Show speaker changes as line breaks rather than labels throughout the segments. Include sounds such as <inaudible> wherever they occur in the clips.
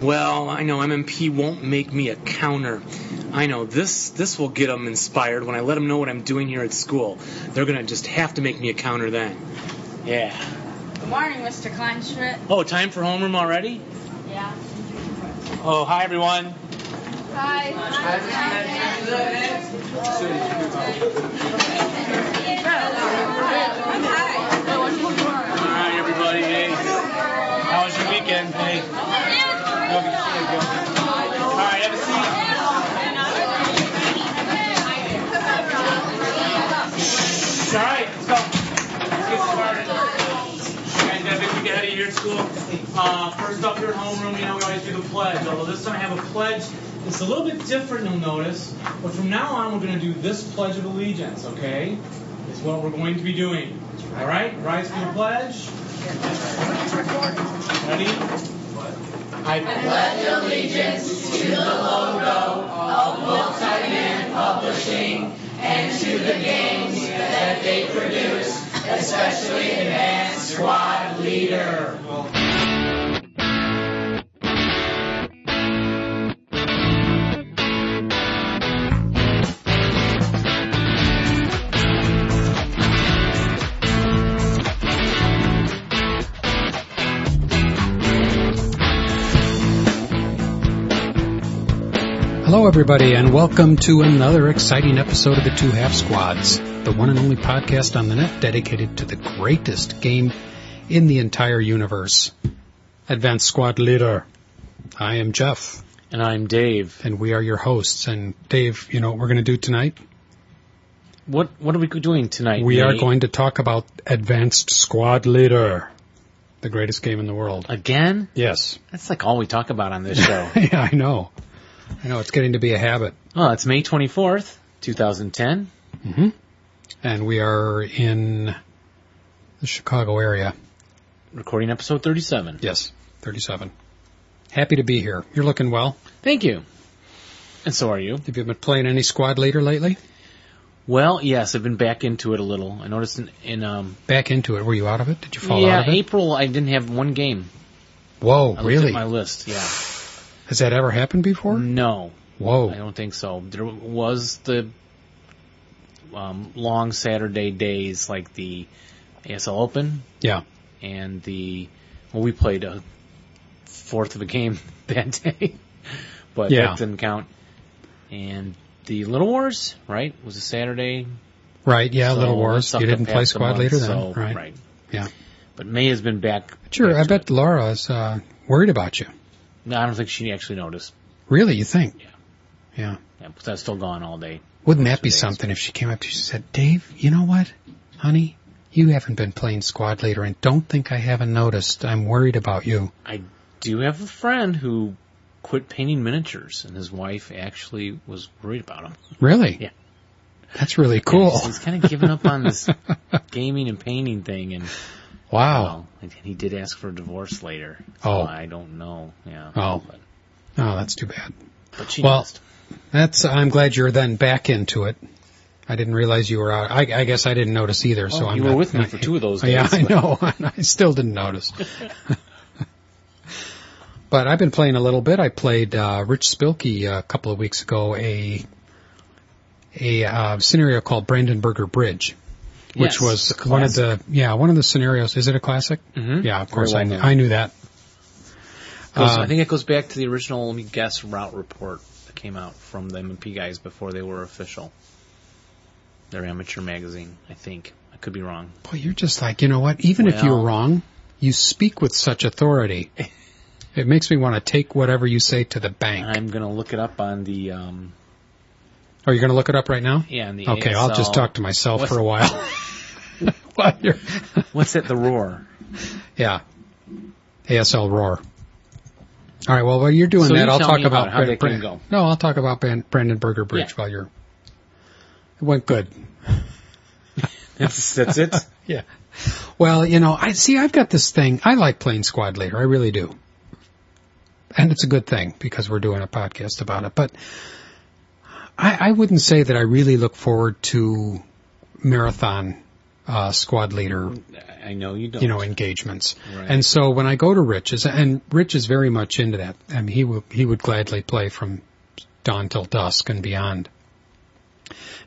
Well, I know MMP won't make me a counter. I know this this will get them inspired when I let them know what I'm doing here at school. They're going to just have to make me a counter then. Yeah.
Good morning, Mr. Kleinschmidt.
Oh, time for homeroom already?
Yeah.
Oh, hi everyone.
Hi.
All right, everybody. Hey. How was your weekend? Hey. Go get your kid, go. All right, have a seat. Shh, All right, let's go. Let's get started. Guys, got a big week ahead of you here at school. Uh, first up here at homeroom, you know, we always do the pledge. Although this time I have a pledge that's a little bit different, you'll notice. But from now on, we're going to do this Pledge of Allegiance, okay? It's what we're going to be doing. All right, rise for the pledge. Ready? I pledge
Hello, everybody, and welcome to another exciting episode of the Two Half Squads, the one and only podcast on the net dedicated to the greatest game in the entire universe. Advanced Squad Leader. I am Jeff,
And I'm Dave.
and we are your hosts. And Dave, you know what we're going to do tonight?
What what are we doing tonight?
We are
Nate?
going to talk about Advanced Squad Leader, the greatest game in the world.
again.
Yes.
That's like all we talk about on this show.
<laughs> yeah, I know. I know, it's getting to be a habit.
oh, it's May twenty fourth, two thousand ten.
hmm And we are in the Chicago area.
Recording episode thirty seven.
Yes, 37. Happy to be here. You're looking well.
Thank you. And so are you.
Have you been playing any squad leader lately?
Well, yes, I've been back into it a little. I noticed in, in um
Back into it. Were you out of it? Did you fall
yeah
out of it?
April I didn't have one game.
Whoa,
I looked
really?
at my list. Yeah.
Has that ever happened before?
No, I
Whoa.
don't think so. There was the um, long Saturday days like the ASL Open
Yeah.
and the well, we played a fourth of a game <laughs> that day, but
Yeah.
that didn't count. And the Little Wars, right, was a Saturday.
Right. Yeah.
so
Little
that
Wars.
sucked
You didn't
up
play
half the
squad
month,
leader then,
so-
right? Yeah.
But May has been back.
Sure.
back
I
to
bet
it.
Laura's uh, worried about you.
No, I don't think she actually noticed.
Really? You think?
Yeah.
Yeah.
Yeah, but that's still gone all day.
Wouldn't that be
Today's-
something if she came up to you and said, Dave, you know what, honey? You haven't been playing squad leader, and don't think I haven't noticed. I'm worried about you.
Do you have a friend who quit painting miniatures, and his wife actually was worried about him.
Really?
Yeah.
That's really cool.
Yeah, he's kind of given up on
<laughs>
this gaming and painting thing, and
wow.
well, and he did ask for a divorce later. So
Oh.
I don't know. Yeah.
Oh.
but,
Oh, that's too bad.
but she
Well-
noticed.
That's. I'm glad you're then back into it. I didn't realize you were out. I, I guess I didn't notice either. so
Oh,
I'm
you were
not-
with
<laughs>
me for two of those days.
yeah, I
<laughs> but-
know. <laughs> I still didn't notice. <laughs> but I've been playing a little bit. I played uh, Rich Spilkey a couple of weeks ago. A a uh, scenario called Brandenburger Bridge, which
Yes,
was
it's a
one of
classic.
the yeah one of the scenarios. Is it a classic?
Mhm.
Mm-hmm. Yeah, of course
well
I knew,
known.
I knew that.
Goes- I
Um,
think it goes back to the original let me guess route report that came out from the M&P guys before they were official. Their amateur magazine, I think. I could be wrong.
Boy, you're just like, you know what? Even if you're
Well-
wrong, you speak with such
<laughs>
authority. it makes me want to take whatever you say to the bank.
I'm gonna look it up on the um
Are you going to look it up right now?
yeah on the
Okay, I'll just
ASL.
talk to myself
What's-
for
<laughs>
a while. While you're-
What's it? The
<laughs>
roar.
yeah. ASL roar. All right. Well, while you're doing
So
that,
you
I'll
tell
talk
me about how
Bran-
they couldn't
Bran-
go.
No, I'll talk about Bran- Brandenburger Bridge
Yeah.
while you're. It went good.
That's that's it.
Yeah. Well, you know, I see. I've got this thing. I like playing squad leader. I really do, and it's a good thing because we're doing a podcast about it. But I, I wouldn't say that I really look forward to marathon uh, squad leader
I know you don't.
you know engagements.
Right.
And so when I go to Rich, is, and Rich is very much into that. I mean, he will he would gladly play from dawn till dusk and beyond.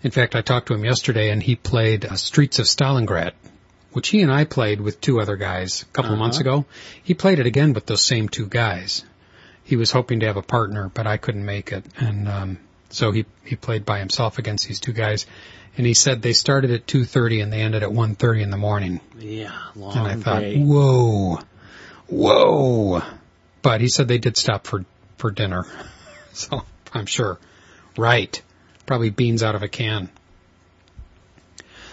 In fact, I talked to him yesterday, and he played uh, Streets of Stalingrad, which he and I played with two other guys a couple of months ago. He played it again with those same two guys. He was hoping to have a partner, but I couldn't make it, and um, so he he played by himself against these two guys. And he said they started at 2:30 and they ended at 1:30 in the morning.
yeah, long
And I thought,
day.
whoa, whoa. But he said they did stop for, for dinner. <laughs> so I'm sure. Right. Probably beans out of a can.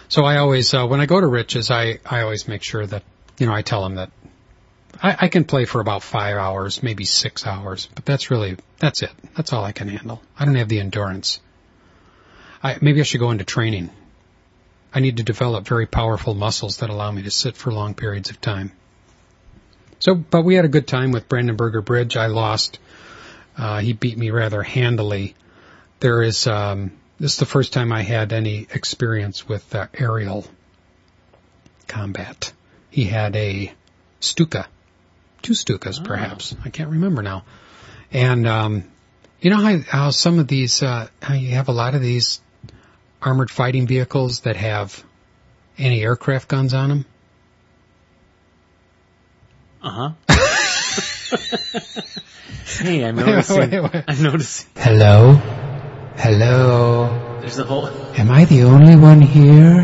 So I always, uh, when I go to Rich's, I, I always make sure that, you know, I tell him that I, I can play for about five hours, maybe six hours, but that's really, that's it. That's all I can handle. I don't have the endurance. I, maybe I should go into training. I need to develop very powerful muscles that allow me to sit for long periods of time. So, but we had a good time with Brandenburger Bridge. I lost. Uh, he beat me rather handily. There is, um, this is the first time I had any experience with uh, aerial combat. He had a Stuka, two Stukas perhaps. I can't remember now. And, um, you know how, how some of these, uh, how you have a lot of these armored fighting vehicles that have anti-aircraft guns on them. <laughs>
Uh huh. hey, I'm noticing.
<laughs> Wait, wait, wait.
I'm noticing.
Hello? Hello?
There's a whole.
Am I the only one here?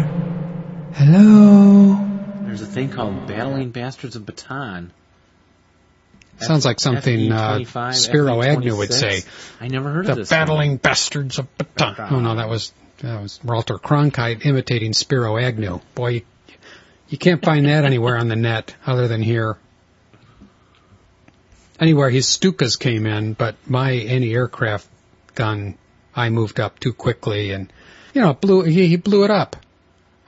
Hello?
There's a thing called Battling Bastards of Baton.
Sounds like something
E
uh,
FE25,
Spiro Agnew would say.
FE26. I never heard of
The
this.
battling bastards of Baton.
Baton.
Oh no, that was that was Walter Cronkite imitating Spiro Agnew. Boy, you, you can't find that anywhere on the net other than here. Anywhere his Stukas came in, but my anti-aircraft gun, I moved up too quickly, and you know, it blew he, he blew it up.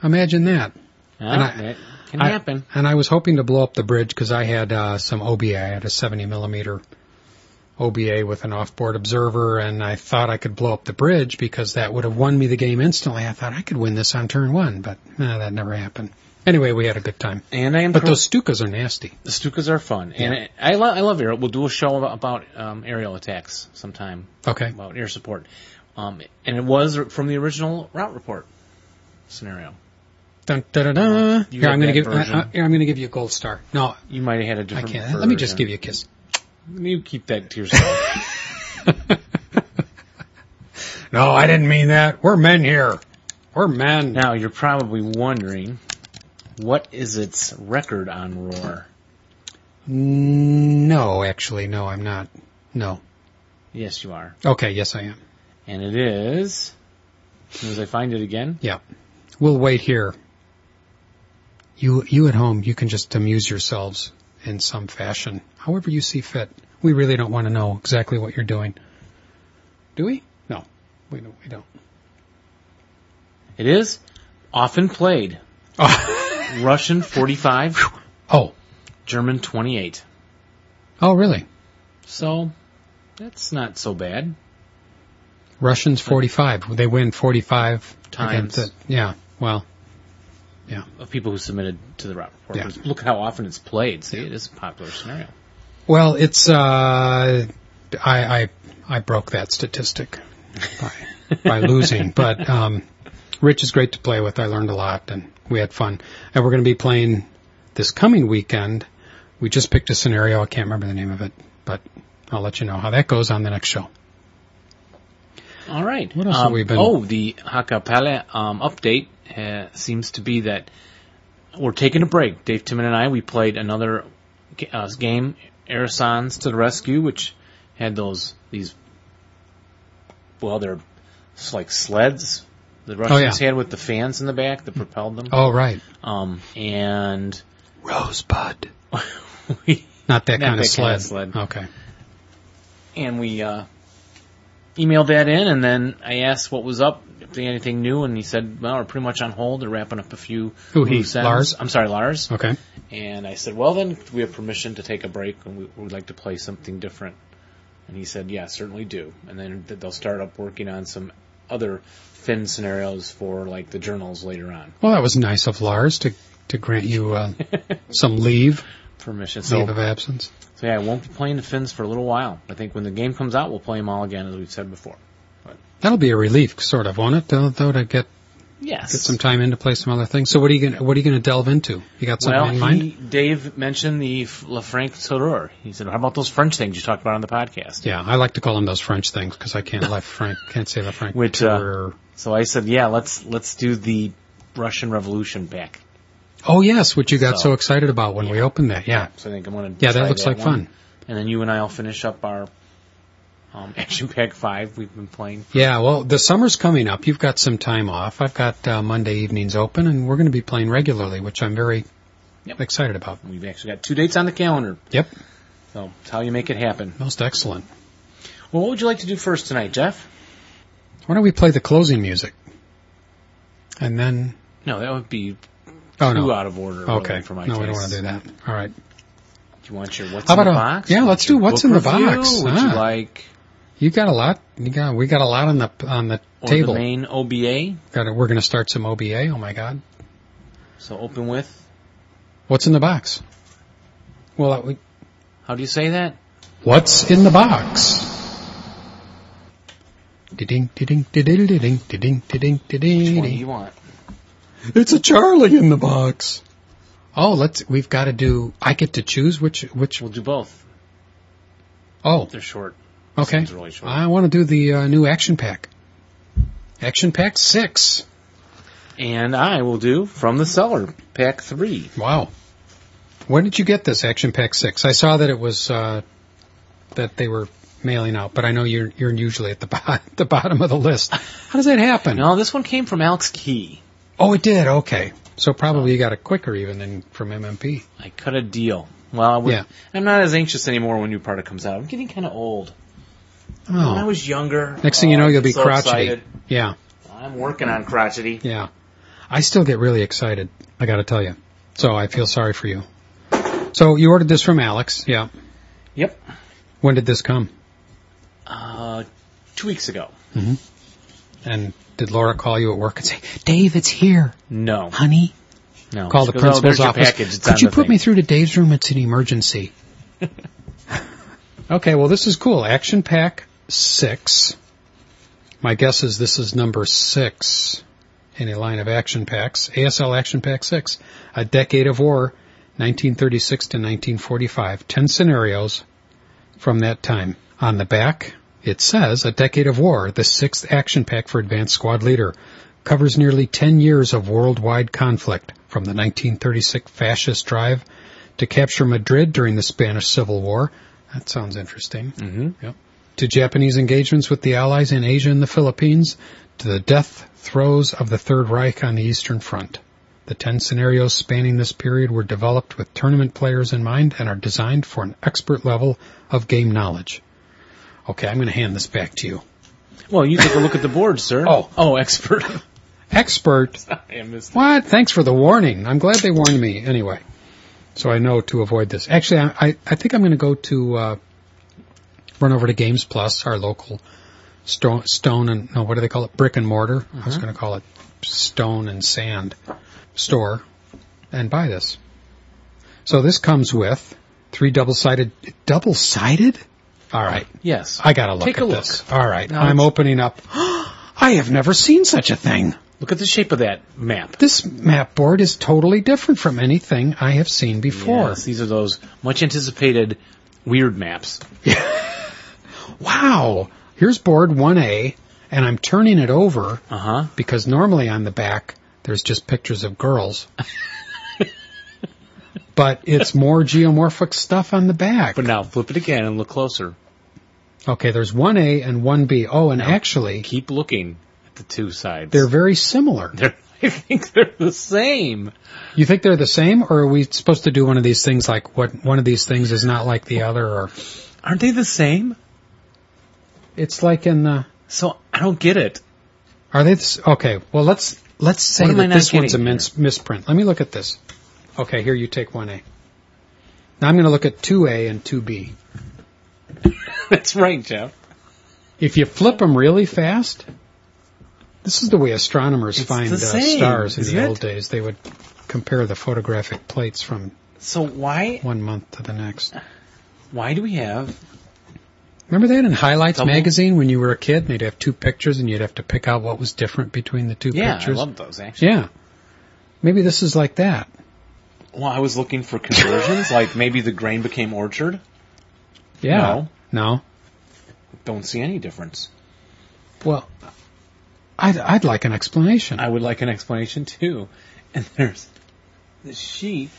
Imagine that.
One.
and
Yeah,
I-
Ah, that can
I-
happen.
And I was hoping to blow up the bridge because I had uh, some OBA. I had a 70 millimeter OBA with an offboard observer, and I thought I could blow up the bridge because that would have won me the game instantly. I thought I could win this on turn one, but eh, that never happened. Anyway, we had a good time.
And I am.
But
pro-
those Stukas are nasty.
the Stukas are fun, and I, I, lo- I love aerial. We'll do a show about, about um, aerial attacks sometime
Okay.
about air support, um, and it was from the original route report scenario.
Dun, da, da, da.
You
Here,
have
I'm going to
that
give. I,
version.
I, here, I'm going to give you a gold star. No,
You might have had a
I
different.
can't. Let me just
version.
give you a kiss.
You keep that to yourself. <laughs>
No, I didn't mean that. We're men here. We're men.
Now you're probably wondering, what is its record on Roar?
No, actually, no, I'm not. No.
Yes, you are,
Okay, yes, I am.
and it is. As soon as I find it again,
Yeah. We'll wait here. You, you at home, you can just amuse yourselves in some fashion, however you see fit. We really don't want to know exactly what you're doing. Do we? No. We don't. We don't.
it is often played.
Oh,
Russian 45,
oh,
German 28.
oh really?
So that's not so bad.
Russians 45. They win 45
Times.
against it. Yeah. Well,
Of people who submitted to the route report.
Yeah.
Because Look how often it's played. See, it is a popular scenario.
Well, it's uh, I I I broke that statistic by by losing, but um, Rich is great to play with. I learned a lot, and we had fun. And we're going to be playing this coming weekend. We just picked a scenario. I can't remember the name of it, but I'll let you know how that goes on the next show.
All right.
What else have
Um,
we been-
Oh, the Hakapale um, update uh, seems to be that we're taking a break. Dave Timon and I we played another g- uh, game, Arisans to the Rescue, which had those these. Well, they're s- like sleds. The Russians had with the fans in the back that propelled them.
Oh, right,
Um, and <laughs>
Rosebud.
we
Not that,
Not
kind, of
that kind of sled.
Okay.
and we uh, emailed that in, and then I asked what was up, if they had anything new, and he said, "Well, we're pretty much on hold. They're wrapping up a few."
Who he,
loose ends."
Lars? Oh.
I'm sorry, Lars.
Okay.
And I said, "Well, then we have permission to take a break, and we would like to play something different." And he said, "Yeah, certainly do." And then th- they'll start up working on some other Finn scenarios for like the journals later on.
Well, that was nice of Lars to to grant you uh, some leave,
Permission. <laughs> So,
leave of absence.
so yeah, I won't be playing the Finns for a little while. I think when the game comes out, we'll play them all again, as we've said before.
That'll be a relief, sort of, won't it? Though, though to get
Yes.
get some time in to play some other things. So what are you gonna what are you gonna delve into? You got something
well,
in mind?
He, Dave mentioned the F- Lefranc Soror. He said, "How about those French things you talked about on the podcast?"
yeah, I like to call them those French things because I can't left Frank can't say left Frank.
Which, uh,
Tour.
So I said, "Yeah, let's let's do the Russian Revolution back."
oh yes, which you got so,
so-
excited about when we opened that. Yeah,
So I think I'm gonna.
yeah, that
try
looks like
one.
fun.
And then you and I will finish up our um, <laughs> Action Pack Five we've been playing.
Yeah, well, the summer's coming up. You've got some time off. I've got uh, Monday evenings open, and we're going to be playing regularly, which I'm very
Yep.
excited about.
We've actually got two dates on the calendar.
Yep.
So it's how you make it happen.
Most excellent.
Well, what would you like to do first tonight, Jeff?
Why don't we play the closing music? And then,
No, that would be
oh
too
no,
out of order. really,
okay,
for my
no,
taste.
we don't want to do that. All right.
Do you want your what's
How
in
about
the
a-
box?
yeah,
Want
let's do
your
what's
book
in the
review?
box.
Would
Ah.
you like
You got a lot. You got we got a lot on the on the
or
table.
the main OBA?
Got it. We're going to start some OBA. Oh my God,
So open with
what's in the box? Well, that we-
how do you say that?
what's in the box? Ding ding ding ding ding ding
Which one
ding
do
ding.
you want?
It's a Charlie in the box. Oh, let's. We've got to do. I get to choose which which.
We'll do both.
Oh,
They're short.
okay.
It's really short.
I want to do the uh, new action pack. Action pack six.
and I will do from the cellar pack three.
Wow. When did you get this action pack six? I saw that it was uh, that they were mailing out, but I know you're you're usually at the <laughs> bo- the bottom of the list. How does that happen?
No, this one came from Alex Key.
Oh, it did. Okay. So probably you got it quicker even than from MMP.
I cut a deal. Well, I would,
Yeah.
I'm not as anxious anymore when new product comes out. I'm getting kind of old. When I
Oh,
was younger,
next thing
oh,
you know,
I'd
you'll be
so
crotchety.
excited.
Oh, Yeah.
I'm working on crotchety.
Yeah. I still get really excited. I gotta tell you. So I feel sorry for you. So you ordered this from Alex. Yeah.
Yep.
When did this come?
Uh, two weeks ago.
And did Laura call you at work and say, Dave, it's here,
No,
honey?
no.
Call the
She goes, "Oh,
principal's
there's your
office.
Package. It's on
Could you
the
put
thing."
me through to Dave's room? It's an emergency. <laughs> okay. Well, this is cool. Action pack six. My guess is this is number six in a line of action packs. ASL action pack six. A decade of war. 1936 to 1945, 10 scenarios from that time. On the back, it says A Decade of War, the sixth action pack for Advanced Squad Leader, covers nearly 10 years of worldwide conflict from the 1936 fascist drive to capture Madrid during the Spanish Civil War. That sounds interesting.
Mhm.
Yep. To Japanese engagements with the Allies in Asia and the Philippines, to the death throes of the Third Reich on the Eastern Front. The 10 scenarios spanning this period were developed with tournament players in mind and are designed for an expert level of game knowledge. Okay, I'm going to hand this back to you.
Well, you take a look at the board, sir.
Oh.
oh, expert.
Expert,
<laughs> I missed
what? Thanks for the warning. I'm glad they warned me anyway. So I know to avoid this. Actually, I, I, I think I'm going to go to, uh, run over to Games Plus, our local stone, stone and, no, what do they call it? Brick and mortar. I
Uh-huh.
was going to call it stone and sand store and buy this. So this comes with three double-sided, double-sided? All right.
Yes.
I gotta look
Take
at
a look.
this. All right,
Now
I'm
it's-
opening up. <gasps> I have never seen such a thing.
Look at the shape of that map.
This map board is totally different from anything I have seen before.
Yes, these are those much anticipated weird maps.
Wow. Here's board 1A, and I'm turning it over
Uh huh.
because normally on the back there's just pictures of
<laughs>
girls. but it's more geomorphic stuff on the back.
But now flip it again and look closer.
Okay, there's 1A and 1B. Oh, and actually,
Keep looking at the two sides. <laughs>
they're very similar.
They're- I think they're the same.
You think they're the same, or are we supposed to do one of these things like what one of these things is not like the other, or
Aren't they the same?
it's like in the
So I don't get it. <laughs>
are they this, okay? Well, let's let's say
What am I
that
not
this one's a
getting
mis- misprint. Let me look at this. Okay, here you take one A. Now I'm going to look at two A and two B.
That's right, Jeff.
If you flip them really fast, This is the way astronomers
It's
find
the
uh,
same,
stars in
isn't
the
it?
old days. They would compare the photographic plates from
So why
one month to the next.
why do we have
Remember that in Highlights
Double-
magazine when you were a kid, and they'd have two pictures, and you'd have to pick out what was different between the two
Yeah,
pictures.
I love those actually.
yeah, maybe this is like that.
Well, I was looking for conversions, <laughs> like maybe the grain became orchard.
Yeah,
No.
no.
Don't see any difference.
Well, I'd I'd like an explanation.
I would like an explanation too. And there's the sheep.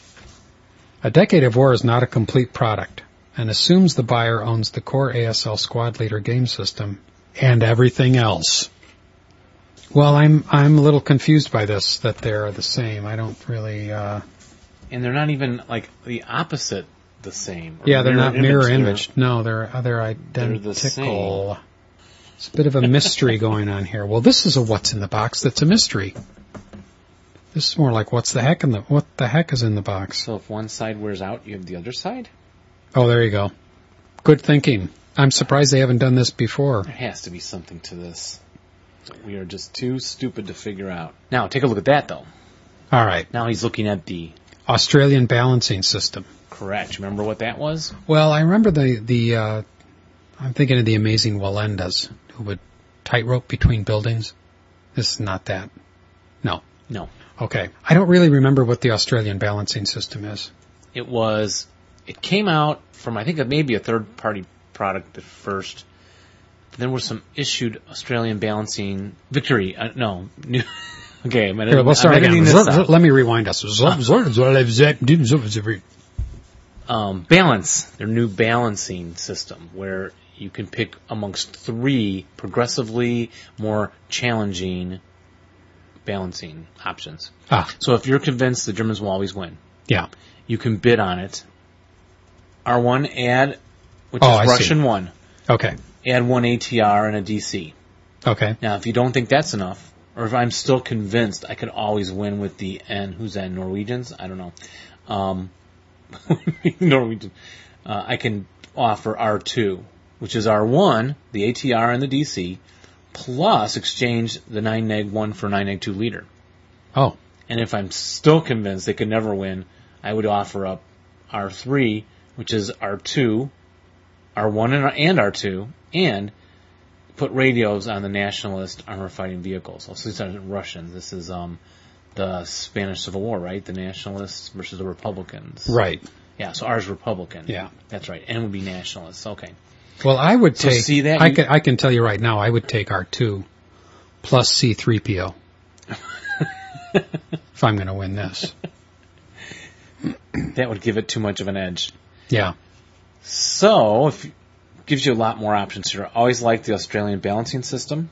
A decade of war is not a complete product and assumes the buyer owns the core ASL squad leader game system and everything else. Well, I'm I'm a little confused by this that they are the same. I don't really uh
and they're not even like the opposite the same. or
Yeah, they're not mirror
they're-
image. No, they're they're
They're the
identical. it's a bit of a mystery going on here. Well, this is a what's in the box that's a mystery. This is more like what's the heck in the what the heck is in the box?
So if one side wears out, you have the other side.
Oh, there you go. Good thinking. I'm surprised they haven't done this before.
There has to be something to this. We are just too stupid to figure out. Now take a look at that though.
All right,
Now he's looking at the
Australian balancing system.
correct. Remember what that was?
Well, I remember the the uh, I'm thinking of the amazing Walendas who would tightrope between buildings. This is not that. No.
No.
Okay. I don't really remember what the Australian balancing system is.
It was. It came out from I think it may be a third party product at first. There were some issued Australian balancing victory. Uh, no, <laughs> new. okay, I'm editing,
Here, we'll start
I'm editing
again.
this
Let,
out.
let- let me rewind us. Right.
um, balance, their new balancing system, where you can pick amongst three progressively more challenging balancing options.
Ah.
So if you're convinced the Germans will always win,
Yeah.
you can bid on it. R1 add, which
Oh,
is
I see.
Russian 1,
Okay.
add one ATR and a DC.
Okay.
Now, if you don't think that's enough, or if I'm still convinced I could always win with the N, who's that, Norwegians? I don't know. Um, <laughs> Norwegian. Uh, I can offer R2, which is R1, the ATR and the DC, plus exchange the 9 neg 1 for 9 neg 2 leader.
Oh.
And if I'm still convinced they could never win, I would offer up R3, which is R2, R1 and, R- and R2, and put radios on the nationalist armor fighting vehicles. Also, these aren't Russians. This is um, the Spanish Civil War, right? The nationalists versus the Republicans.
Right.
Yeah, so ours Republican.
Yeah.
That's right. N would be nationalists. Okay.
Well, I would
So
take.
see that
I
you-
can I can tell you right now. I would take R two plus C
<laughs>
three PO if I'm going to win this.
That would give it too much of an edge.
Yeah.
So, if gives you a lot more options here. I always like the Australian balancing system.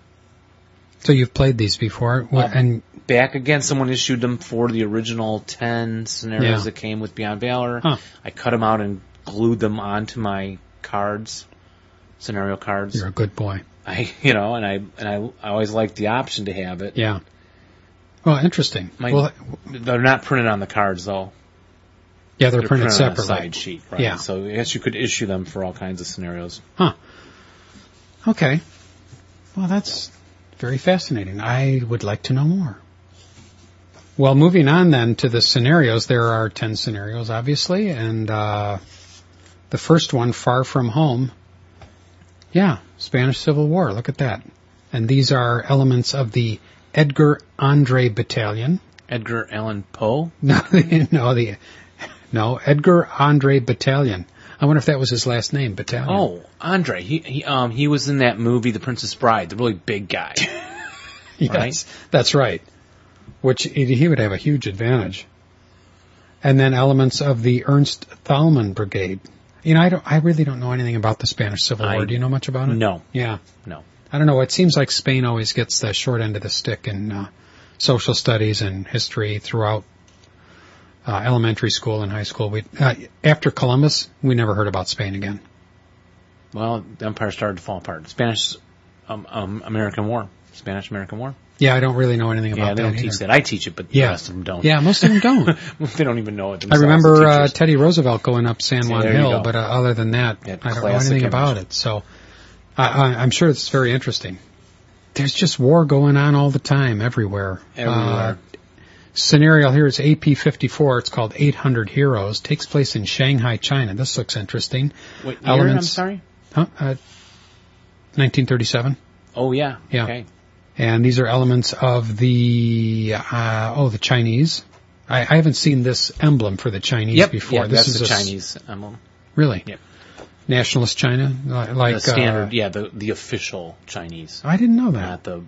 So you've played these before, Wh-
Um,
and
back again. Someone issued them for the original 10 scenarios
Yeah.
that came with Beyond Valor.
Huh.
I cut them out and glued them onto my cards, scenario cards.
you're a good boy.
I, <laughs> you know, and I, and I, I always liked the option to have it.
Yeah. Well, interesting.
My-
well,
They're not printed on the cards though.
yeah, they're,
They're
printed,
on a
separately.
side sheet, right?
Yeah.
So I guess you could issue them for all kinds of scenarios.
Okay. Well, that's very fascinating. I would like to know more. Well, moving on then to the scenarios, there are 10 scenarios, obviously, and uh, the first one, Far From Home. Yeah, Spanish Civil War. Look at that. And these are elements of the Edgar Andre Battalion. <laughs>
Edgar Allan Poe.
No, no, the no Edgar Andre Battalion. I wonder if that was his last name, Battalion.
Oh, Andre. He, he, um, he was in that movie, The Princess Bride, the really big <laughs> guy.
<laughs> Yes,
right?
that's right. Which he he would have a huge advantage. And then elements of the Ernst Thalmann Brigade. You know, I don't, I really don't know anything about the Spanish Civil
I-
War. Do you know much about it?
no,
Yeah.
No.
I don't know. It seems like Spain always gets the short end of the stick in uh, social studies and history throughout uh, elementary school and high school. We uh, after Columbus, we never heard about Spain again.
Well, the empire started to fall apart. Spanish, um, um, American War, Spanish American War.
Yeah, I don't really know anything about
yeah, they
that
don't teach
either.
that. I teach it, but
Yeah.
the rest of them don't.
Yeah, most of them don't.
<laughs> they don't even know it.
I
Themselves,
remember
the
uh,
teachers.
Teddy Roosevelt going up San
Yeah,
Juan
there you
Hill,
go.
but uh, other than that,
That
I don't know
classic
anything
image.
about it. So I, I, I'm sure it's very interesting. there's just war going on all the time everywhere.
Everywhere.
Uh, scenario here is AP54. It's called 800 Heroes. Takes place in Shanghai, China. This looks interesting.
Wait, year, I'm
elements-
sorry.
Huh? Uh, 1937.
Oh yeah.
Yeah.
Okay.
And these are elements of the, uh, oh, the Chinese. I, I haven't seen this emblem for the Chinese
Yep.
before.
Yeah,
this
that's
is
the
a s-
Chinese um, emblem.
Really?
Yep.
Nationalist China? Li- Like,
the standard. yeah, the the official Chinese,
Uh, I didn't know that.
not the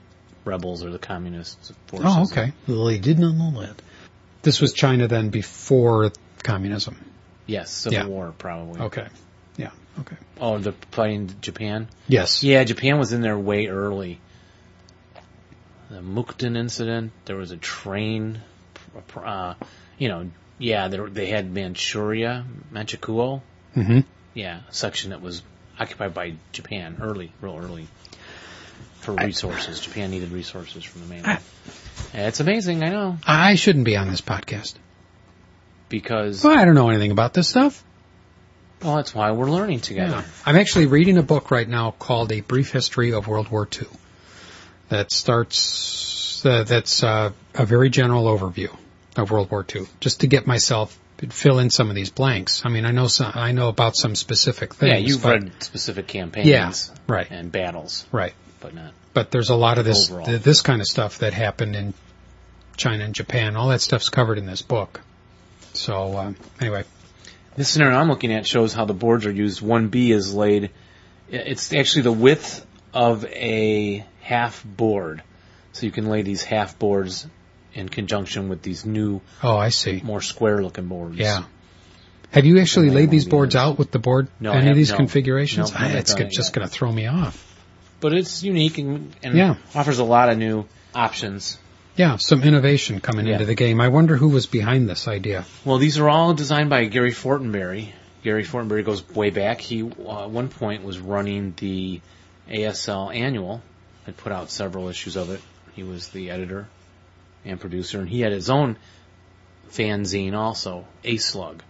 rebels or the communist forces.
Oh, okay. Well, I did not know that. This was China then before communism.
Yes, Civil
Yeah. Oh.
War probably.
Okay. Yeah. Okay.
Oh, they're playing Japan.
Yes.
Yeah, Japan was in there way early. The Mukden incident. There was a train. Uh, you know, yeah, there, they had Manchuria, Manchukuo.
hmm
Yeah, section that was occupied by Japan early, real early, for resources. Japan needed resources from the mainland. it's amazing, I know,
I shouldn't be on this podcast.
because
Well, I don't know anything about this stuff.
well, that's why we're learning together.
I'm actually reading a book right now called A Brief History of World War II. That starts, uh, that's uh, a very general overview of World War II, just to get myself, fill in some of these blanks. I mean, I know some, I know about some specific things.
Yeah, you've
but-
read specific campaigns,
Yeah, right.
and battles,
Right.
but not
but there's a lot of this
Overall.
th- this kind of stuff that happened in China and Japan. All that stuff's covered in this book. So um, anyway,
This scenario I'm looking at shows how the boards are used. 1B is laid. It's actually the width of a half board. So you can lay these half boards in conjunction with these new,
oh, I see.
more square looking boards.
Yeah. Have you actually
Might
laid
wanna
these
be
boards
nice.
out with the board?
No, I
any of
have-
these
no.
configurations?
No, I haven't
it's
done
go-
it
just
yet.
going to throw me off.
But it's unique and, and
Yeah.
offers a lot of new options.
Yeah, some innovation coming
Yeah.
into the game. I wonder who was behind this idea.
Well, these are all designed by Gary Fortenberry. Gary Fortenberry goes way back. He, uh, at one point, was running the ASL annual. Had put out several issues of it. He was the editor and producer, and he had his own fanzine also, A Slug,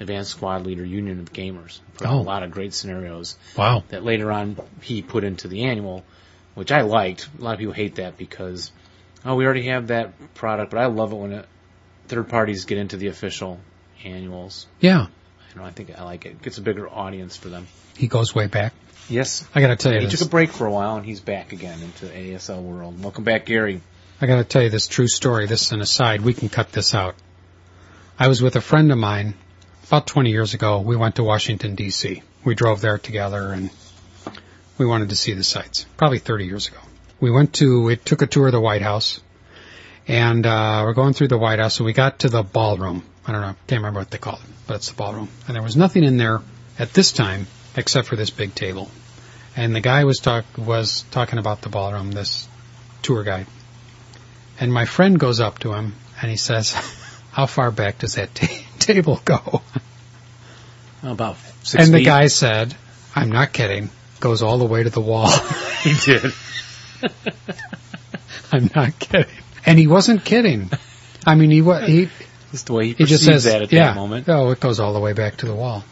Advanced Squad Leader Union of Gamers. Put out
Oh.
a lot of great scenarios
Wow.
that later on he put into the annual, which I liked. A lot of people hate that because, oh, we already have that product, but I love it when it, third parties get into the official annuals.
Yeah,
You know, I think I like it. Gets a bigger audience for them.
he goes way back.
Yes.
I got to tell you,
He
this,
took a break for a while and he's back again into the ASL world. Welcome back, Gary.
I got to tell you this true story. This is an aside. We can cut this out. I was with a friend of mine about 20 years ago. We went to Washington D.C. We drove there together, and we wanted to see the sights. Probably 30 years ago. We went to. It took a tour of the White House, and uh, we're going through the White House. So we got to the ballroom. I don't know. Can't remember what they call it, but it's the ballroom. And there was nothing in there at this time except for this big table. And the guy was talk was talking about the ballroom. This tour guide. And my friend goes up to him and he says, How far back does that ta <laughs> table go?
About six
and the
feet.
guy said, I'm not kidding, goes all the way to the wall.
<laughs> he did.
<laughs> I'm not kidding. And he wasn't kidding. I mean, he wa- he,
Just the way he,
he just
perceived
says,
that at
yeah,
that
<laughs>
moment.
oh, it goes all the way back to the wall.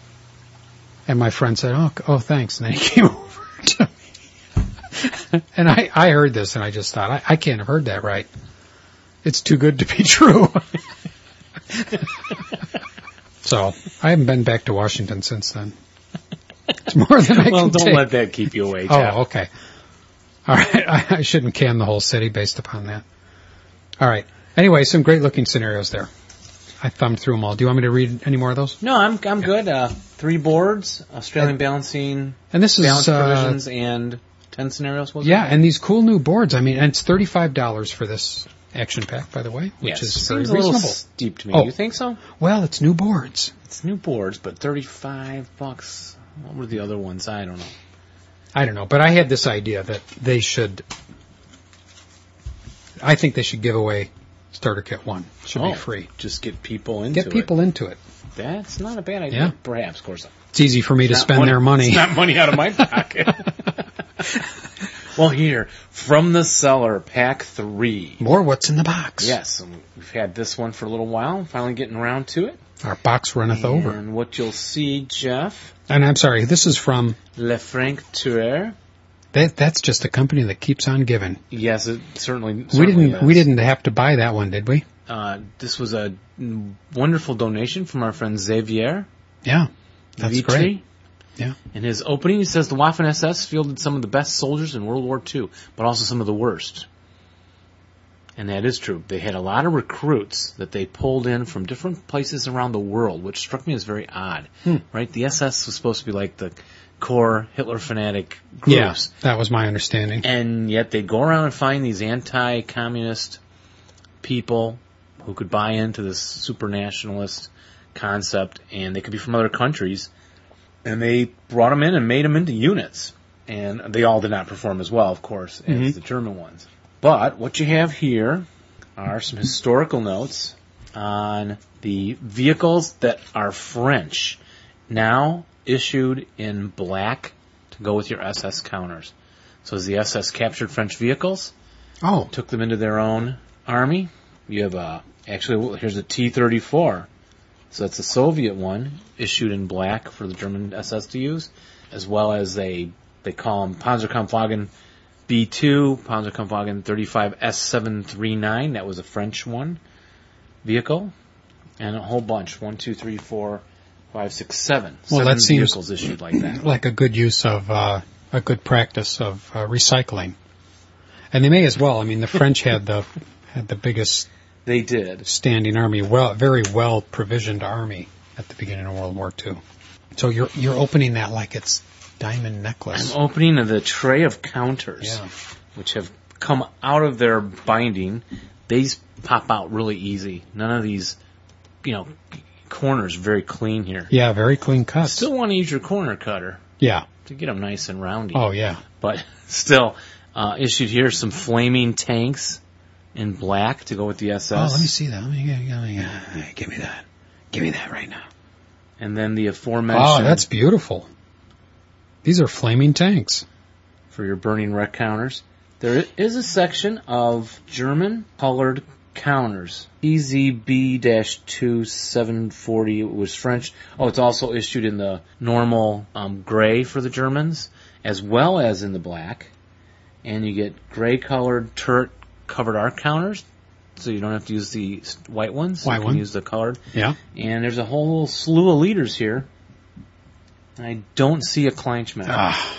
And my friend said, oh, c- oh, thanks. And then he <laughs> came over to me. <laughs> and I, I heard this and I just thought, I, I can't have heard that right. It's too good to be <laughs> true. so I haven't been back to Washington since then. It's more than I
Well,
can
don't
take.
let that keep you awake.
Oh, okay. All right. <laughs> I, I shouldn't can the whole city based upon that. All right. Anyway, some great looking scenarios there. I thumbed through them all. Do you want me to read any more of those?
No, I'm I'm good. Uh, three boards, Australian balancing,
And this
balance
is, uh,
provisions, and ten scenarios. Was it?
yeah, and these cool new boards. I mean, and it's $35 for this action pack, by the way, which
Yes.
is
Seems a
very
little
reasonable.
steep to me.
Oh.
You think so?
well, it's new boards.
It's new boards, but thirty-five bucks. What were the other ones? I don't know.
I don't know, but I had this idea that they should, I think they should give away starter kit one. Should
oh,
be free.
Just get people into
Get people into it.
it. That's not a bad idea.
Yeah.
Perhaps, of course.
It's easy for me to
Not
spend their money.
It's not money out
<laughs>
of my pocket. well, here from the seller, pack three.
More what's in the box.
Yes, and we've had this one for a little while. Finally getting around to it.
Our box runneth over.
And what you'll see, Jeff,
And I'm sorry, this is from
Le Franc Tuer,
That that's just a company that keeps on giving.
Yes, it certainly.
We
certainly
didn't we
is.
didn't have to buy that one, did we?
Uh, this was a wonderful donation from our friend Xavier.
Yeah, that's
Vitri.
great. Yeah.
In his opening, he says the Waffen SS fielded some of the best soldiers in World War II, but also some of the worst. And that is true. They had a lot of recruits that they pulled in from different places around the world, which struck me as very odd.
Hmm.
Right? The SS was supposed to be like the core Hitler fanatic groups.
Yeah, that was my understanding.
And yet they'd go around and find these anti-communist people who could buy into this super nationalist concept, and they could be from other countries. And they brought them in and made them into units. And they all did not perform as well, of course, as
Mhm.
the German ones. But what you have here are some historical notes on the vehicles that are French, now issued in black to go with your SS counters. So as the SS captured French vehicles,
Oh,
took them into their own army. You have uh, actually well, here's a T-34, so that's a Soviet one issued in black for the German SS to use, as well as a they call them Panzerkampfwagen B2, Panzerkampfwagen 35 S739. That was a French one vehicle, and a whole bunch one, two, three, four, five, six, seven.
Well,
seven
that seems-
vehicles issued like that.
like a good use of uh, a good practice of uh, recycling. And they may as well. I mean,
<laughs>
the French had the had the biggest
They did.
standing army, well, very well provisioned army at the beginning of World War II. So you're you're opening that like it's diamond necklace.
I'm opening the tray of counters.
Yeah.
which have come out of their binding, these pop out really easy. None of these, you know, corners very clean here.
Yeah, very clean cut.
Still want to use your corner cutter
Yeah.
to get them nice and roundy,
Oh yeah.
but still uh, issued here some flaming tanks in black to go with the
Oh,
SS,
let me see that. Let me, let me, let me, give me that. Give me that right now.
and then the aforementioned
Oh, that's beautiful. These are flaming tanks.
for your burning wreck counters. There is a section of German colored counters. E EZB-2740 was French. Oh, it's also issued in the normal um, gray for the Germans, as well as in the black. And you get gray colored turret covered arc counters, so you don't have to use the s- white ones.
White
you can
one.
use the colored.
Yeah.
And there's a whole slew of leaders here. And I don't see a Kleinschmidt.
Ah.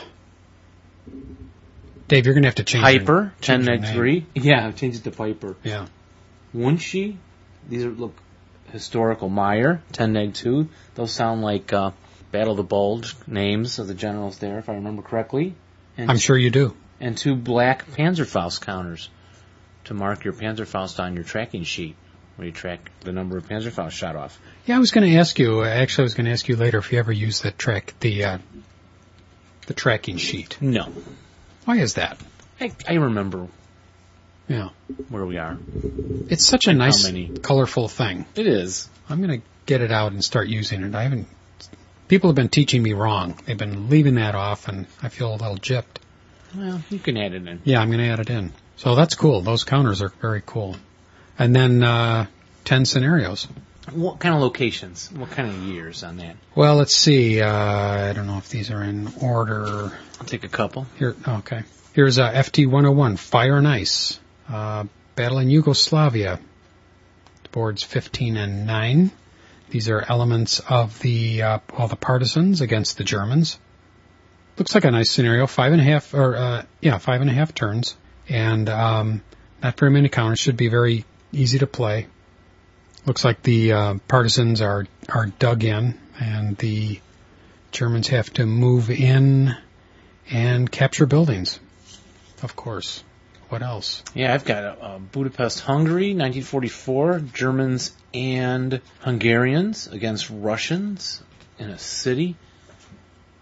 Dave, you're gonna have to change. your-
Piper, ten
change your
neg
name.
three. Yeah, change it to Piper.
Yeah.
Wunshi, these are look historical. Meyer, ten neg two. Those sound like uh, Battle of the Bulge names of the generals there, if I remember correctly. And,
I'm sure you do.
And two black Panzerfaust counters to mark your Panzerfaust on your tracking sheet, where you track the number of Panzerfaust shot off.
Yeah, I was gonna ask you. Actually, I was gonna ask you later if you ever use the track the uh, the tracking sheet.
No,
Why is that?
I, I remember
Yeah.
where we are.
It's such a nice,
many?
colorful thing.
It is.
I'm gonna get it out and start using it. I haven't. People have been teaching me wrong. They've been leaving that off, and I feel a little gypped.
Well, you can add it in.
Yeah, I'm gonna add it in. So that's cool. Those counters are very cool. And then uh, ten scenarios.
What kind of locations? What kind of years on that?
Well, let's see. Uh, I don't know if these are in order.
I'll take a couple.
Here, okay. Here's uh, FT101, Fire and Ice, uh, Battle in Yugoslavia, boards 15 and 9. These are elements of the uh, all the partisans against the Germans. Looks like a nice scenario. Five and a half, or uh, yeah, five and a half turns, and um, not very many counters. Should be very easy to play. Looks like the uh, partisans are are dug in, and the Germans have to move in and capture buildings. Of course. What else?
Yeah, I've got uh, Budapest, Hungary, 1944, Germans and Hungarians against Russians in a city.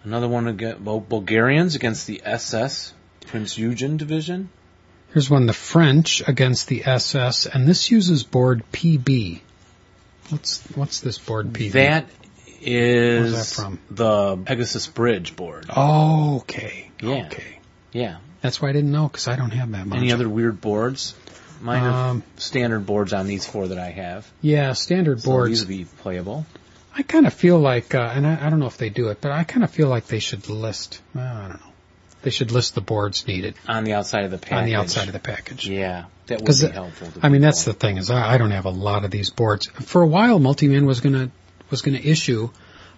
Another one against Bulgarians against the SS, Prince Eugen Division.
Here's one the French against the SS, and this uses board PB. What's what's this board PB?
That is
Mm-hmm. Where's that from? Oh,
the Pegasus Bridge board.
okay.
Yeah.
Okay.
Yeah.
That's why I didn't know because I don't have that much.
Any other weird boards? Mine are
Um,
standard boards on these four that I have.
yeah, standard
So
boards.
these would be playable.
I kind of feel like, uh, and I, I don't know if they do it, but I kind of feel like they should list. uh, I don't know. They should list the boards needed
on the outside of the package.
on the outside of the package.
Yeah, that would
'Cause
be
the-
helpful. to
I mean,
people.
that's the thing is I, I don't have a lot of these boards. For a while, Multiman was gonna was gonna issue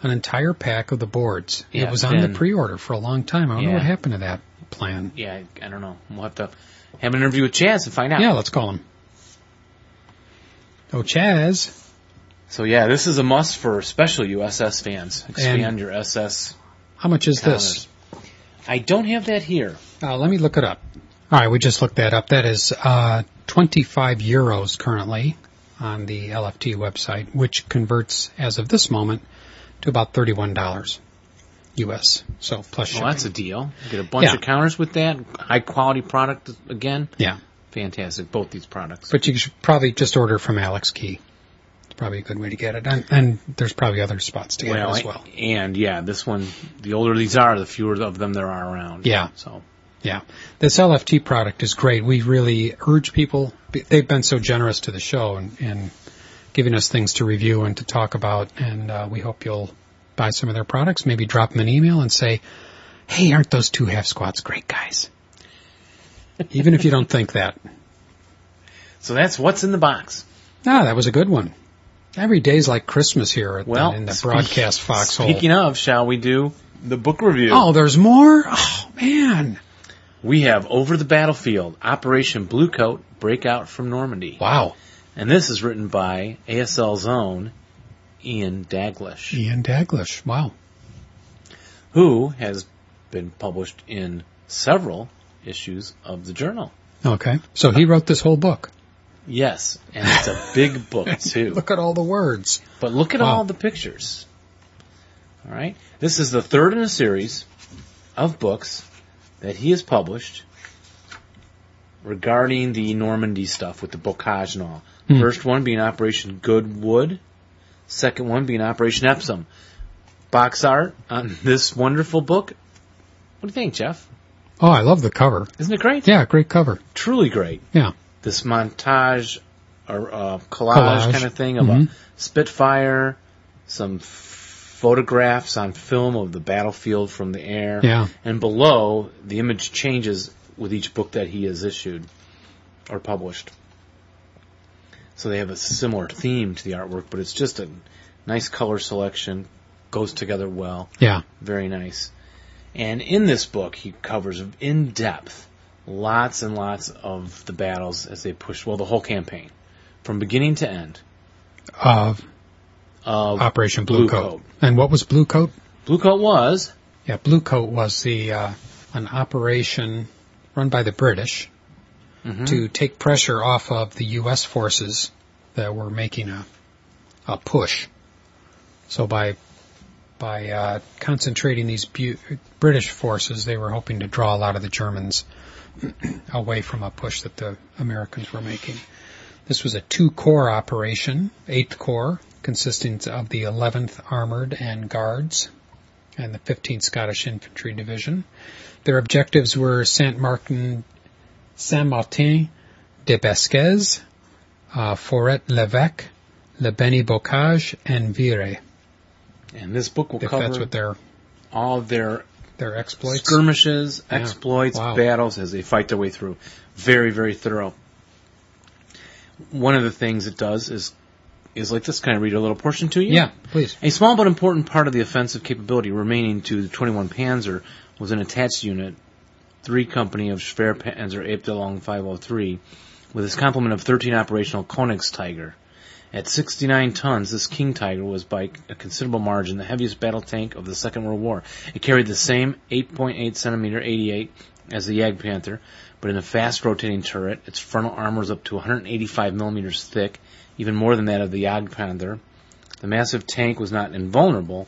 an entire pack of the boards.
Yeah,
it was on
then-
the pre-order for a long time. I don't know
Yeah.
what happened to that plan.
Yeah, I don't know. We'll have to have an interview with Chaz and find out.
Yeah, let's call him. Oh, Chaz.
So yeah, this is a must for special USS fans. Expand
And-
your SS.
How much is
Counters.
this?
I don't have that here.
Uh, let me look it up. All right, we just looked that up. That is uh, 25 euros currently on the LFT website, which converts as of this moment to about $31 US. So plus shipping.
Well, that's a deal. You get a bunch
Yeah.
of counters with that. High quality product again.
yeah,
Fantastic. Both these products.
but you should probably just order from Alex Key. It's probably a good way to get it, and, and there's probably other spots to get it as well.
and yeah, this one. The older these are, the fewer of them there are around.
Yeah.
So
Yeah. This LFT product is great. We really urge people. They've been so generous to the show and, and giving us things to review and to talk about. And uh, we hope you'll buy some of their products. Maybe drop them an email and say, hey, aren't those two half squats great guys? Even if you don't think that.
so that's what's in the box.
Ah, that was a good one. Every day's like Christmas here at the-
Well,
in the
speak-
broadcast foxhole.
Speaking of, shall we do the book review?
oh, there's more? Oh, man.
We have Over the Battlefield, Operation Bluecoat, Breakout from Normandy.
Wow.
And this is written by ASL's own Ian Daglish,
Ian Daglish. Wow.
who has been published in several issues of the journal.
Okay. So he wrote this whole <laughs> book.
Yes, and it's a big book too.
Look at all the words.
But look at
Wow.
all the pictures. All right. This is the third in a series of books that he has published regarding the Normandy stuff with the bocage and all.
Hmm.
First one being Operation Goodwood. Second one being Operation Epsom. Box art on <laughs> this wonderful book. What do you think, Jeff?
Oh, I love the cover.
Isn't it great?
Yeah, great cover.
Truly great.
Yeah.
This montage or uh, collage,
Collage.
kind of thing of a
Mhm.
Spitfire, some f- photographs on film of the battlefield from the air.
Yeah.
And below, the image changes with each book that he has issued or published. So they have a similar theme to the artwork, but it's just a nice color selection, goes together well,
Yeah.
very nice. And in this book, he covers in depth lots and lots of the battles as they push, well, the whole campaign from beginning to end
Of
of
Operation
Blue
Blue,
Coat.
Coat. Uh, And what was Blue Coat?
Blue Coat was
Yeah, Blue Coat was the uh, an operation run by the British
Mm-hmm.
to take pressure off of the U.S. forces that were making a a push. So by by uh, concentrating these bu- British forces, they were hoping to draw a lot of the Germans <clears throat> away from a push that the Americans were making. This was a two-corps operation, Eighth Corps, consisting of the 11th Armored and Guards and the 15th Scottish Infantry Division. Their objectives were Saint Martin, Saint Martin de Besquez, uh, Foret l'Evêque, Le Beni Bocage, and Vire.
and this book will
If
cover
that's what their
all their
their exploits.
skirmishes,
Yeah.
exploits,
Wow.
battles as they fight their way through. Very, very thorough. One of the things it does is is like this. Can I read a little portion to you?
Yeah, please.
A small but important part of the offensive capability remaining to the 21 Panzer was an attached unit, 3 company of Schwerpanzer Abteilung 503, with its complement of 13 operational Königstiger. At 69 tons, this King Tiger was by a considerable margin the heaviest battle tank of the Second World War. It carried the same 8.8 centimeter 88 as the Jagdpanther, but in a fast rotating turret, its frontal armor was up to 185 millimeters thick, even more than that of the Jagdpanther. The massive tank was not invulnerable.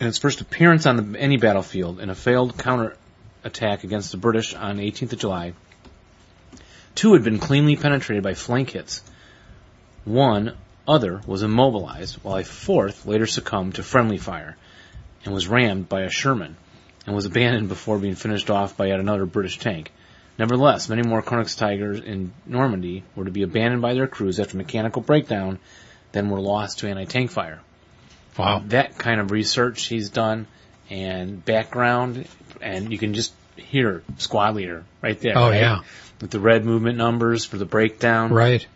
In its first appearance on the, any battlefield, in a failed counterattack against the British on 18th of July, two had been cleanly penetrated by flank hits. One other was immobilized, while a fourth later succumbed to friendly fire and was rammed by a Sherman and was abandoned before being finished off by yet another British tank. Nevertheless, many more Königsteigers in Normandy were to be abandoned by their crews after mechanical breakdown then were lost to anti-tank fire.
Wow.
That kind of research he's done and background and you can just hear squad leader right there.
Oh
right?
yeah,
with the red movement numbers for the breakdown.
right.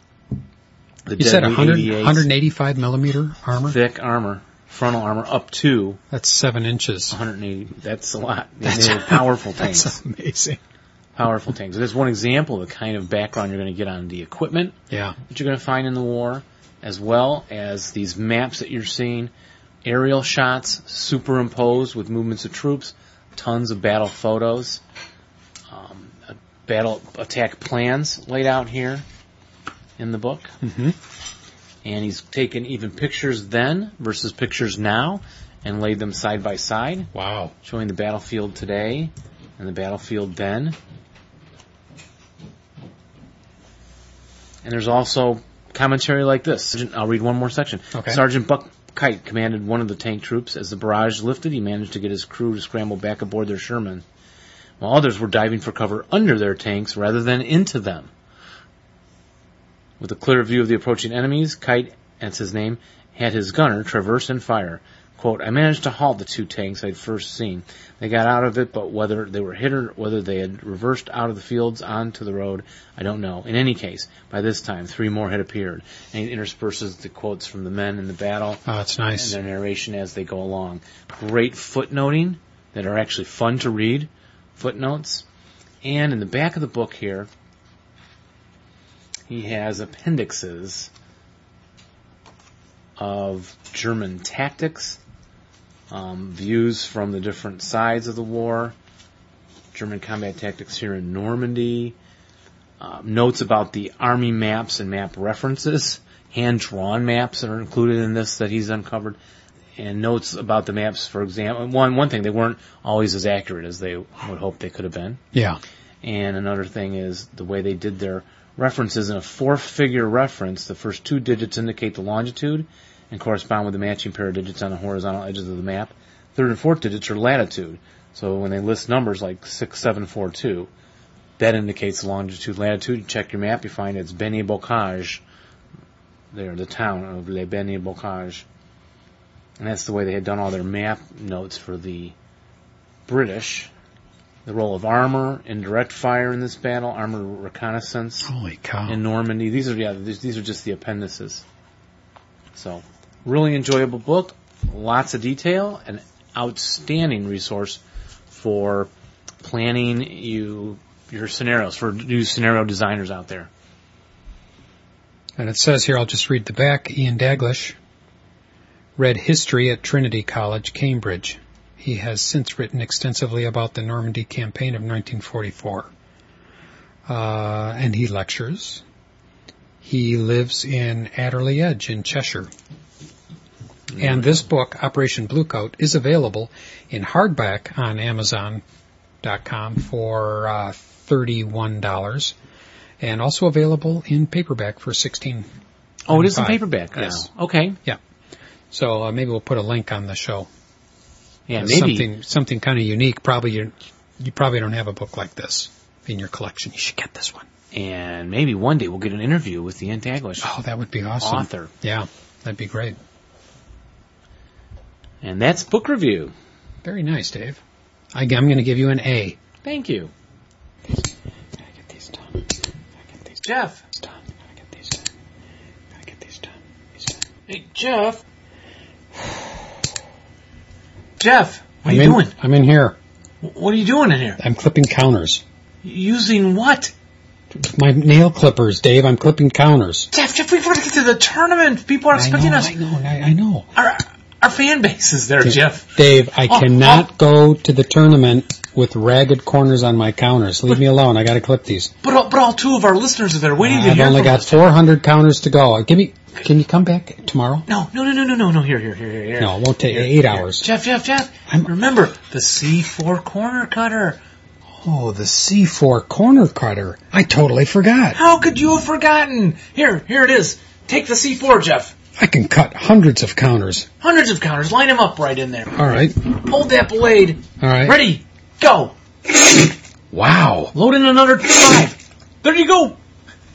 The
You said
deadly
100,
88s,
185 millimeter armor.
thick armor, frontal armor up to
That's seven inches.
180. That's a lot. And
<laughs>
they were powerful tanks.
That's amazing.
powerful tanks. So that's one example of the kind of background you're going to get on the equipment
Yeah,
that you're going to find in the war, as well as these maps that you're seeing, aerial shots superimposed with movements of troops, tons of battle photos, um, uh, battle attack plans laid out here in the book.
hmm
And he's taken even pictures then versus pictures now and laid them side by side,
wow.
showing the battlefield today and the battlefield then. And there's also commentary like this. Sergeant- I'll read one more section.
Okay.
Sergeant Buck Kite commanded one of the tank troops. As the barrage lifted, he managed to get his crew to scramble back aboard their Sherman, while others were diving for cover under their tanks rather than into them. With a clear view of the approaching enemies, Kite, that's his name, had his gunner traverse and fire. Quote, I managed to halt the two tanks I had first seen. They got out of it, but whether they were hit or whether they had reversed out of the fields onto the road, I don't know. In any case, by this time, three more had appeared. And he intersperses the quotes from the men in the battle
Oh, that's
and
nice.
their narration as they go along. Great footnoting that are actually fun to read, footnotes. And in the back of the book here, he has appendixes of German tactics, um, views from the different sides of the war, German combat tactics here in Normandy, uh, notes about the army maps and map references, hand drawn maps that are included in this that he's uncovered, and notes about the maps. For example, one one thing they weren't always as accurate as they would hope they could have been.
Yeah,
And another thing is the way they did their references in a four-figure reference. The first two digits indicate the longitude and correspond with the matching pair of digits on the horizontal edges of the map. Third and fourth digits are latitude. So when they list numbers like 6742, that indicates longitude, latitude. You check your map, you find it's Beni Bocage. There, the town of Le Beni Bocage. And that's the way they had done all their map notes for the British the role of armor in direct fire in this battle, armor reconnaissance
holy cow.
in Normandy. These are yeah, these, these are just the appendices. So, really enjoyable book, lots of detail, an outstanding resource for planning you your scenarios for new scenario designers out there.
And it says here, I'll just read the back. Ian Daglish read history at Trinity College, Cambridge. He has since written extensively about the Normandy campaign of 1944. Uh, and he lectures. He lives in Adderley Edge in Cheshire. And this book, Operation Blue Coat, is available in hardback on Amazon.com for uh, $31 and also available in paperback for 16
Oh, it is in
Five.
paperback.
Yes.
Now. Okay.
so uh, maybe we'll put a link on the show.
Yeah,
It's
maybe.
something something kind of unique. Probably you you probably don't have a book like this in your collection. You should get this one.
And maybe one day we'll get an interview with the Antaglish
Oh, that would be awesome.
author.
Yeah, that'd be great.
And that's book review.
Very nice, Dave. I, am going to give you an A.
Thank you.
I get these done. I get these
Jeff.
done. I get these done. I get these done. These done.
Hey, Jeff. <sighs> Jeff, what are you
I'm in,
doing?
I'm in here.
What are you doing in here?
I'm clipping counters.
Using what?
My nail clippers, Dave. I'm clipping counters.
Jeff, Jeff, we've got to get to the tournament. People are
I
expecting
know,
us.
I know. I, I know.
Our, our fan base is there, Jeff.
Dave, I
Oh,
cannot go to the tournament with ragged corners on my counters. Leave me alone. I got to clip these.
But, all- but all two of our listeners are there waiting to
I've
hear
only
from
got
us.
400 counters to go. Give me. Can you come back tomorrow?
No, no, no, no, no, no, no. Here, here, here, here. here.
No, it won't take
Here,
eight
here.
hours.
Jeff, Jeff, Jeff.
I'm-
Remember the C4 corner cutter.
Oh, the C4 corner cutter. I totally forgot.
How could you have forgotten? Here, here it is. Take the C4, Jeff.
I can cut hundreds of counters.
Hundreds of counters. Line them up right in there.
All right.
Hold that blade.
All right.
Ready. Go.
Wow.
Load in another five. There you go.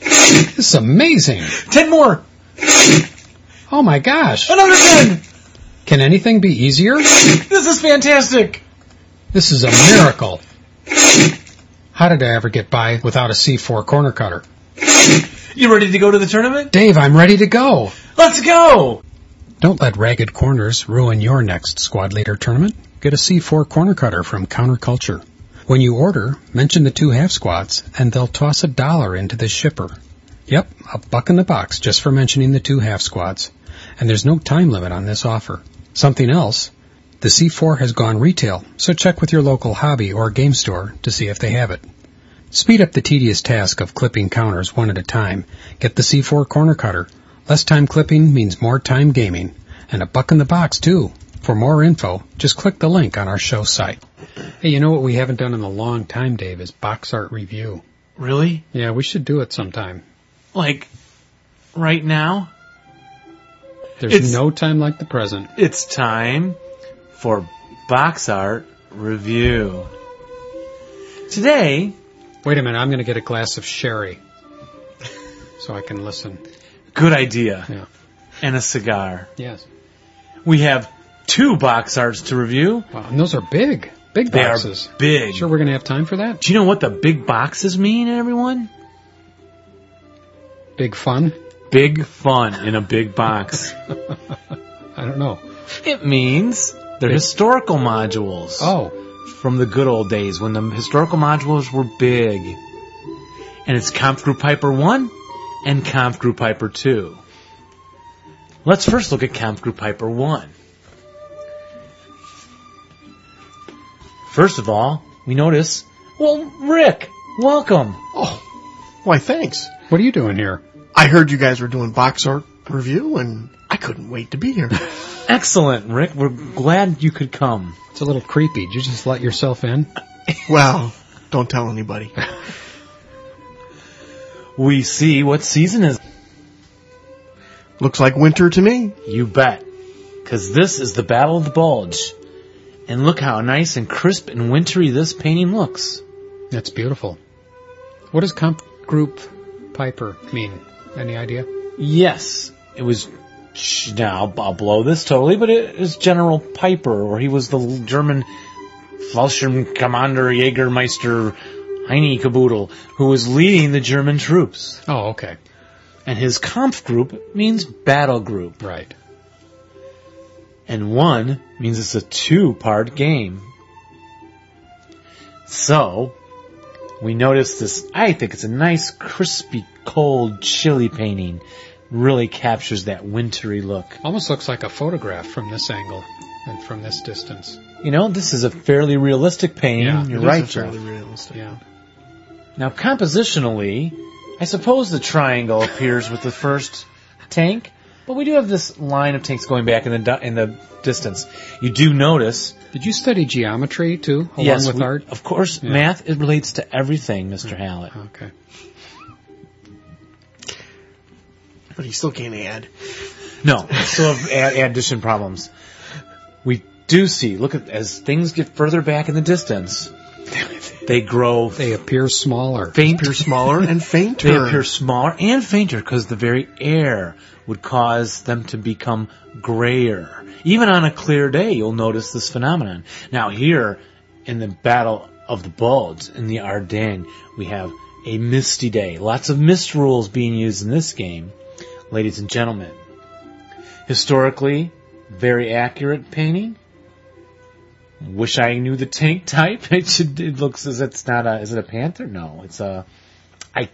This is amazing.
Ten more.
Oh my gosh.
Another ten.
Can anything be easier?
This is fantastic.
This is a miracle. How did I ever get by without a C4 corner cutter?
You ready to go to the tournament?
Dave, I'm ready to go.
Let's go!
Don't let ragged corners ruin your next squad leader tournament. Get a C4 corner cutter from Counterculture. When you order, mention the two half squads and they'll toss a dollar into the shipper. Yep, a buck in the box just for mentioning the two half squads. And there's no time limit on this offer. Something else, the C4 has gone retail, so check with your local hobby or game store to see if they have it. Speed up the tedious task of clipping counters one at a time. Get the C4 corner cutter. Less time clipping means more time gaming. And a buck in the box too. For more info, just click the link on our show site. Hey, you know what we haven't done in a long time, Dave, is box art review.
Really?
Yeah, we should do it sometime.
Like, right now?
There's
It's-
no time like the present.
It's time for box art review. Today,
Wait a minute, I'm gonna get a glass of sherry. <laughs> So I can listen.
good idea.
Yeah.
And a cigar.
Yes.
We have two box arts to review.
Wow, and those are big. Big
They
boxes.
are big.
Sure we're gonna have time for that?
Do you know what the big boxes mean, everyone?
Big fun? <laughs>
Big fun in a big box.
I don't know.
it means they're historical modules.
Oh,
from the good old days when the historical modules were big. And it's Comp Group Piper 1 and Comp Group Piper 2. Let's first look at Comp Group Piper 1. First of all, we notice, well, Rick, welcome.
Oh, why thanks.
what are you doing here?
I heard you guys were doing box art review and I couldn't wait to be here.
Excellent, Rick. We're glad you could come.
It's a little creepy. Did you just let yourself in?
well, don't tell anybody.
We see what season is.
Looks like winter to me.
You bet. 'Cause this is the Battle of the Bulge. And look how nice and crisp and wintry this painting looks.
That's beautiful. What does comp group Piper mean? Any idea?
Yes, it was. sh- Now I'll- I'll blow this totally, but it is General Piper, or he was the l- German Fallschirm Commander Jägermeister Heine Kaboodle, who was leading the German troops.
Oh, okay.
And his Kampf group means battle group,
Right.
and one means it's a two-part game. So we notice this. I think it's a nice, crispy, cold, chilly painting. Really captures that wintry look.
Almost looks like a photograph from this angle and from this distance.
You know, this is a fairly realistic painting.
Yeah,
You're
It is a
right,
fairly
Jeff.
realistic.
Yeah.
Now, compositionally, I suppose the triangle appears with the first tank, but we do have this line of tanks going back in the di- in the distance. You do notice,
Did you study geometry too, along
yes,
with
we-
art?
of course,
Yeah.
math it relates to everything, Mr. Hallett.
Okay.
But he still can't add.
No, still have ad- addition problems. We do see. Look at as things get further back in the distance, they grow
They appear smaller.
fainter,
Appear smaller and fainter.
They appear smaller and fainter because the very air would cause them to become grayer. Even on a clear day, you'll notice this phenomenon. Now here, in the Battle of the Bulge in the Ardennes, we have a misty day. Lots of mist rules being used in this game, ladies and gentlemen. Historically, very accurate painting. Wish I knew the tank type. <laughs> It should. It looks as it's not a. Is it a panther? No, it's a. I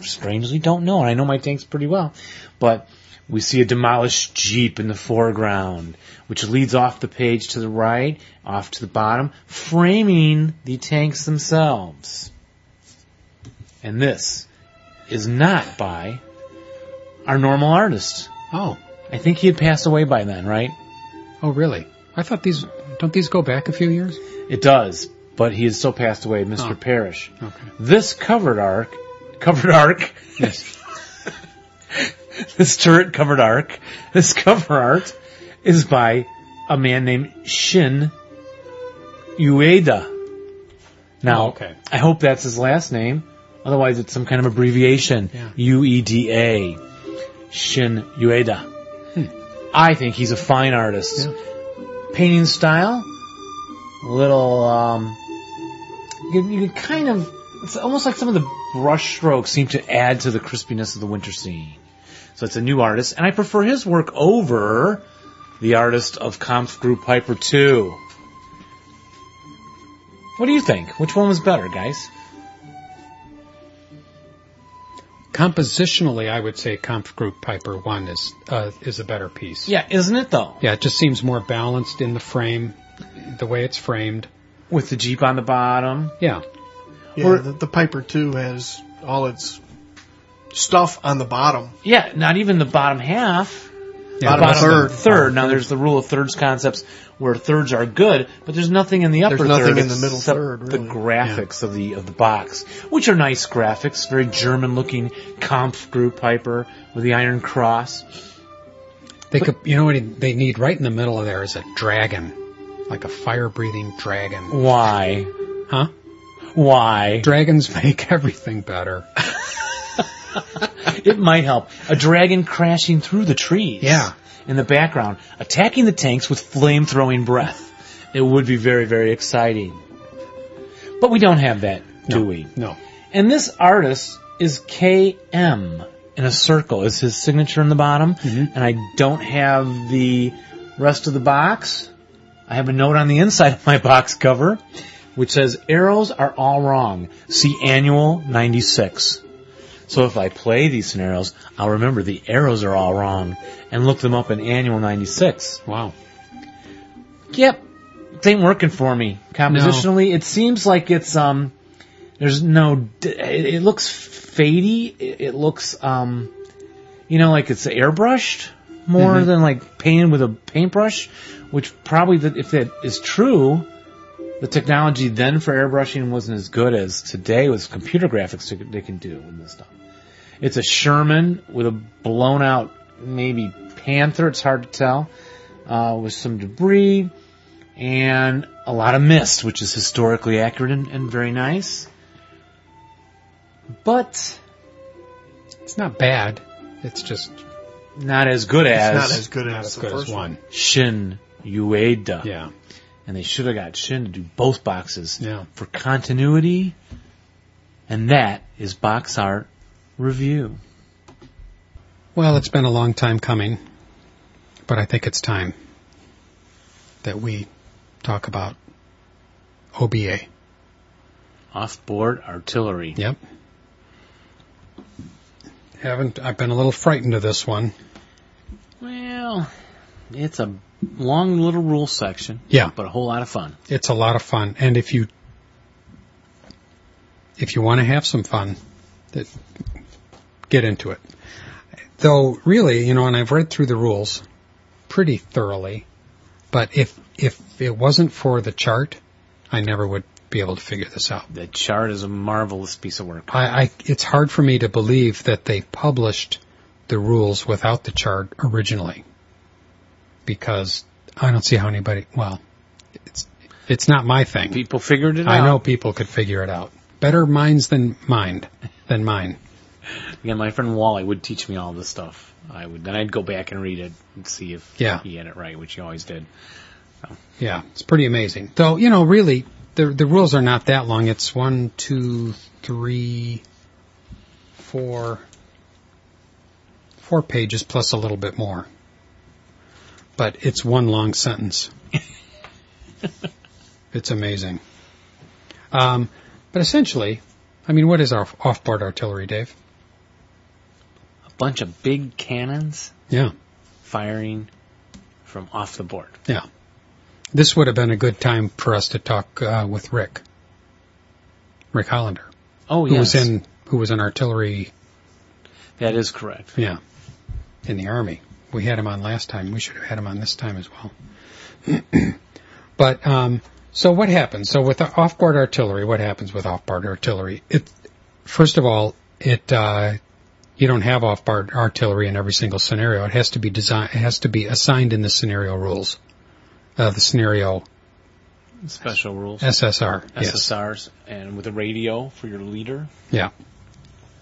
strangely don't know, and I know my tanks pretty well. But we see a demolished jeep in the foreground, which leads off the page to the right, off to the bottom, framing the tanks themselves. And this is not by our normal artist.
Oh.
I think he had passed away by then, right?
Oh, really? I thought these don't these go back a few years?
It does, but he has still passed away, Mr.
Oh.
Parrish.
Okay.
This covered arc, covered arc,
Yes.
<laughs> this turret covered arc, this cover art is by a man named Shin Ueda. Now,
Oh, okay.
I hope that's his last name. Otherwise, it's some kind of abbreviation.
Yeah.
UEDA. Shin Ueda. I think he's a fine artist.
Hmm. Yeah.
Painting style, little. Um, you, can- you can kind of. It's almost like some of the brush strokes seem to add to the crispiness of the winter scene. So it's a new artist, and I prefer his work over the artist of Comp's Group Piper 2. What do you think? Which one was better, guys?
Compositionally, I would say Comp Group Piper 1 is, uh, is a better piece.
Yeah, isn't it though?
Yeah, it just seems more balanced in the frame, the way it's framed.
With the Jeep on the bottom.
Yeah.
Yeah,
Or-
the, the Piper 2 has all its stuff on the bottom.
Yeah, not even the bottom half.
yeah.
Bottom
of the
third.
third. Now there's the rule of thirds concepts where thirds are good, but there's nothing in the upper
There's nothing
third
in the middle
except
third,
The
really.
graphics of the of the box, which are nice graphics, very German looking Kampf group Piper with the Iron Cross.
They could, you know what they need right in the middle of there is a dragon, like a fire breathing dragon.
Why?
Huh?
Why?
Dragons make everything better.
it might help. A dragon crashing through the trees.
Yeah.
In the background, attacking the tanks with flame throwing breath. It would be very, very exciting. But we don't have that, do
No.
we?
No.
And this artist is KM in a circle is his signature in the bottom.
Mhm.
And I don't have the rest of the box. I have a note on the inside of my box cover which says arrows are all wrong. See annual 96. So if I play these scenarios, I'll remember the arrows are all wrong and look them up in annual 96.
Wow.
Yep. It ain't working for me. Compositionally, it seems like it's, um, there's no, d- it, it looks fadey. It, it looks, um, you know, like it's airbrushed more than like painted with a paintbrush, which probably, that if that is true, the technology then for airbrushing wasn't as good as today with computer graphics they can- they can do in this stuff. It's a Sherman with a blown out maybe Panther. It's hard to tell uh, with some debris and a lot of mist, which is historically accurate and, and very nice. But
It's not bad. It's just
not as good as,
it's not as good
not
as,
as
the
good
first
as one.
Shin Ueda.
Yeah.
And they should have got Shin to do both boxes
Yeah.
for continuity. And that is box art review.
Well, it's been a long time coming, but I think it's time that we talk about OBA.
Offboard artillery.
Yep. Haven't I've been a little frightened of this one.
Well, it's a long little rule section,
Yeah.
but a whole lot of fun.
It's a lot of fun, and if you if you want to have some fun, that get into it. Though, really, you know, and I've read through the rules pretty thoroughly, but if if it wasn't for the chart, I never would be able to figure this out.
The chart is a marvelous piece of work.
I, I it's hard for me to believe that they published the rules without the chart originally, because I don't see how anybody. Well, it's it's not my thing.
People figured it out.
I know people could figure it out. Better minds than mind than mine.
Again, my friend Wally would teach me all this stuff. I would then I'd go back and read it and see if
Yeah.
he had it right, which he always did.
Yeah, it's pretty amazing. Though you know, really, the the rules are not that long. It's one, two, three, four, four pages plus a little bit more. But it's one long sentence. it's amazing. Um, but essentially, I mean, what is our off-board artillery, Dave?
A bunch of big cannons
Yeah.
firing from off the board.
Yeah. This would have been a good time for us to talk uh, with Rick, Rick Hollander,
Oh
who
yes,
was in who was in artillery,
that is correct.
yeah, in the army. We had him on last time. We should have had him on this time as well. <clears throat> but um, so what happens? So with off-board artillery, what happens with off-board artillery? It first of all, it uh, you don't have off-board artillery in every single scenario. It has to be designed. It has to be assigned in the scenario rules, uh, the scenario
Special rules,
SSR. Yes.
SSRs, and with a radio for your leader.
Yeah.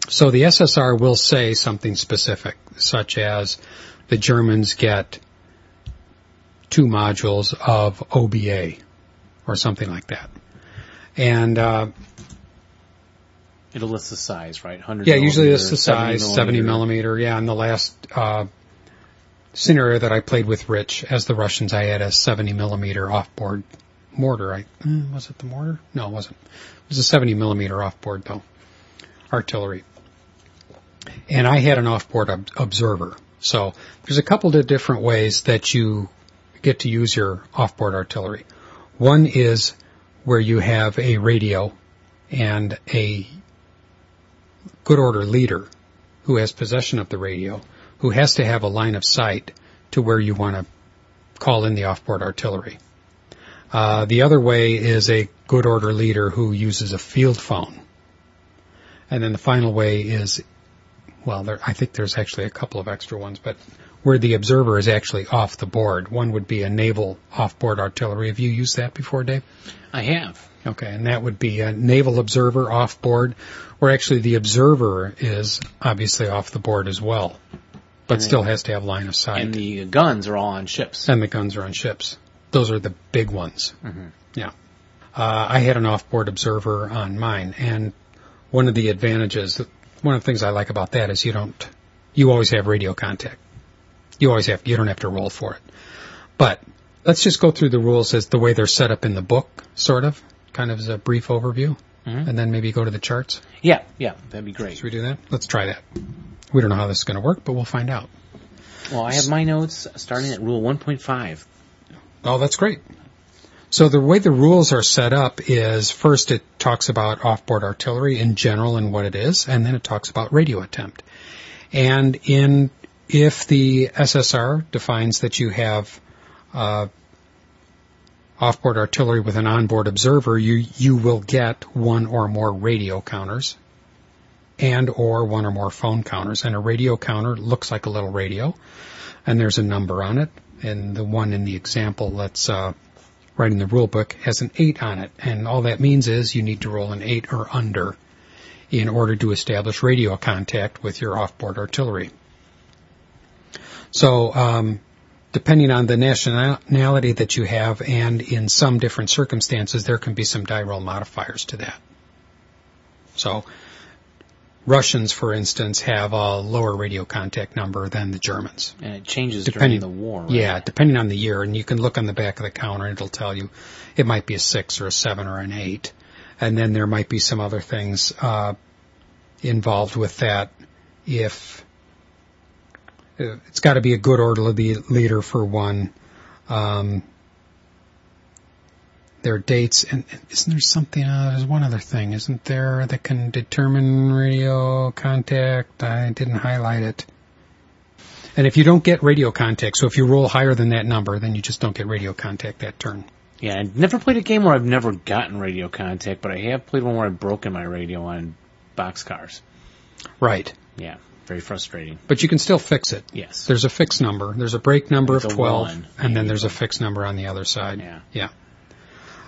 So the SSR will say something specific, such as the Germans get two modules of OBA or something like that. And uh,
It'll list the size, right? 100
yeah, usually it's the
millimeter,
size, 70 millimeter. Yeah, and the last uh, scenario that I played with Rich as the Russians, I had a 70 millimeter offboard mortar. I mm, was it the mortar? No, it wasn't. It was a 70 millimeter offboard though, artillery. And I had an offboard ob- observer. So there's a couple of different ways that you get to use your offboard artillery. One is where you have a radio and a good order leader who has possession of the radio, who has to have a line of sight to where you want to call in the offboard artillery. Uh, the other way is a good order leader who uses a field phone. And then the final way is, well, there, I think there's actually a couple of extra ones, but where the observer is actually off the board. One would be a naval offboard artillery. Have you used that before, Dave?
I have.
Okay, and that would be a naval observer off board, where actually the observer is obviously off the board as well, but
And
still has to have line of sight.
And the guns are all on ships.
And the guns are on ships. Those are the big ones.
Mhm.
Yeah. Uh, I had an off-board observer on mine, and one of the advantages, one of the things I like about that is you don't, you always have radio contact. You always have, you don't have to roll for it. But let's just go through the rules as the way they're set up in the book, sort of, kind of as a brief overview,
Mhm.
and then maybe go to the charts.
Yeah, yeah, that'd be great.
Mm-hmm. Should we do that? Let's try that. We don't know how this is going to work, but we'll find out.
Well, I have my notes starting at rule 1.5.
Oh, that's great. So the way the rules are set up is first it talks about offboard artillery in general and what it is, and then it talks about radio attempt. And in if the SSR defines that you have uh, offboard artillery with an onboard observer, you you will get one or more radio counters, and or one or more phone counters. And a radio counter looks like a little radio, and there's a number on it and the one in the example that's uh, right in the rule book has an 8 on it. And all that means is you need to roll an 8 or under in order to establish radio contact with your offboard artillery. So, um, depending on the nationality that you have and in some different circumstances, there can be some die roll modifiers to that. So, Russians, for instance, have a lower radio contact number than the Germans.
And it changes
Depending-
during the war. Right?
Yeah, depending on the year, and you can look on the back of the counter and it'll tell you it might be a six or a seven or an eight, and then there might be some other things uh, involved with that. If uh, it's got to be a good order le- leader for one, um, their dates, and and isn't there something? Uh, there's one other thing, isn't there, that can determine radio contact? I didn't highlight it. And if you don't get radio contact, so if you roll higher than that number, then you just don't get radio contact that turn.
Yeah, I've never played a game where I've never gotten radio contact, but I have played one where I've broken my radio on boxcars.
Right.
Yeah, very frustrating.
But you can still fix it.
Yes.
There's a fixed number. There's a break number
With
of
a
12,
one.
and then there's a fixed number on the other side.
Yeah.
Yeah.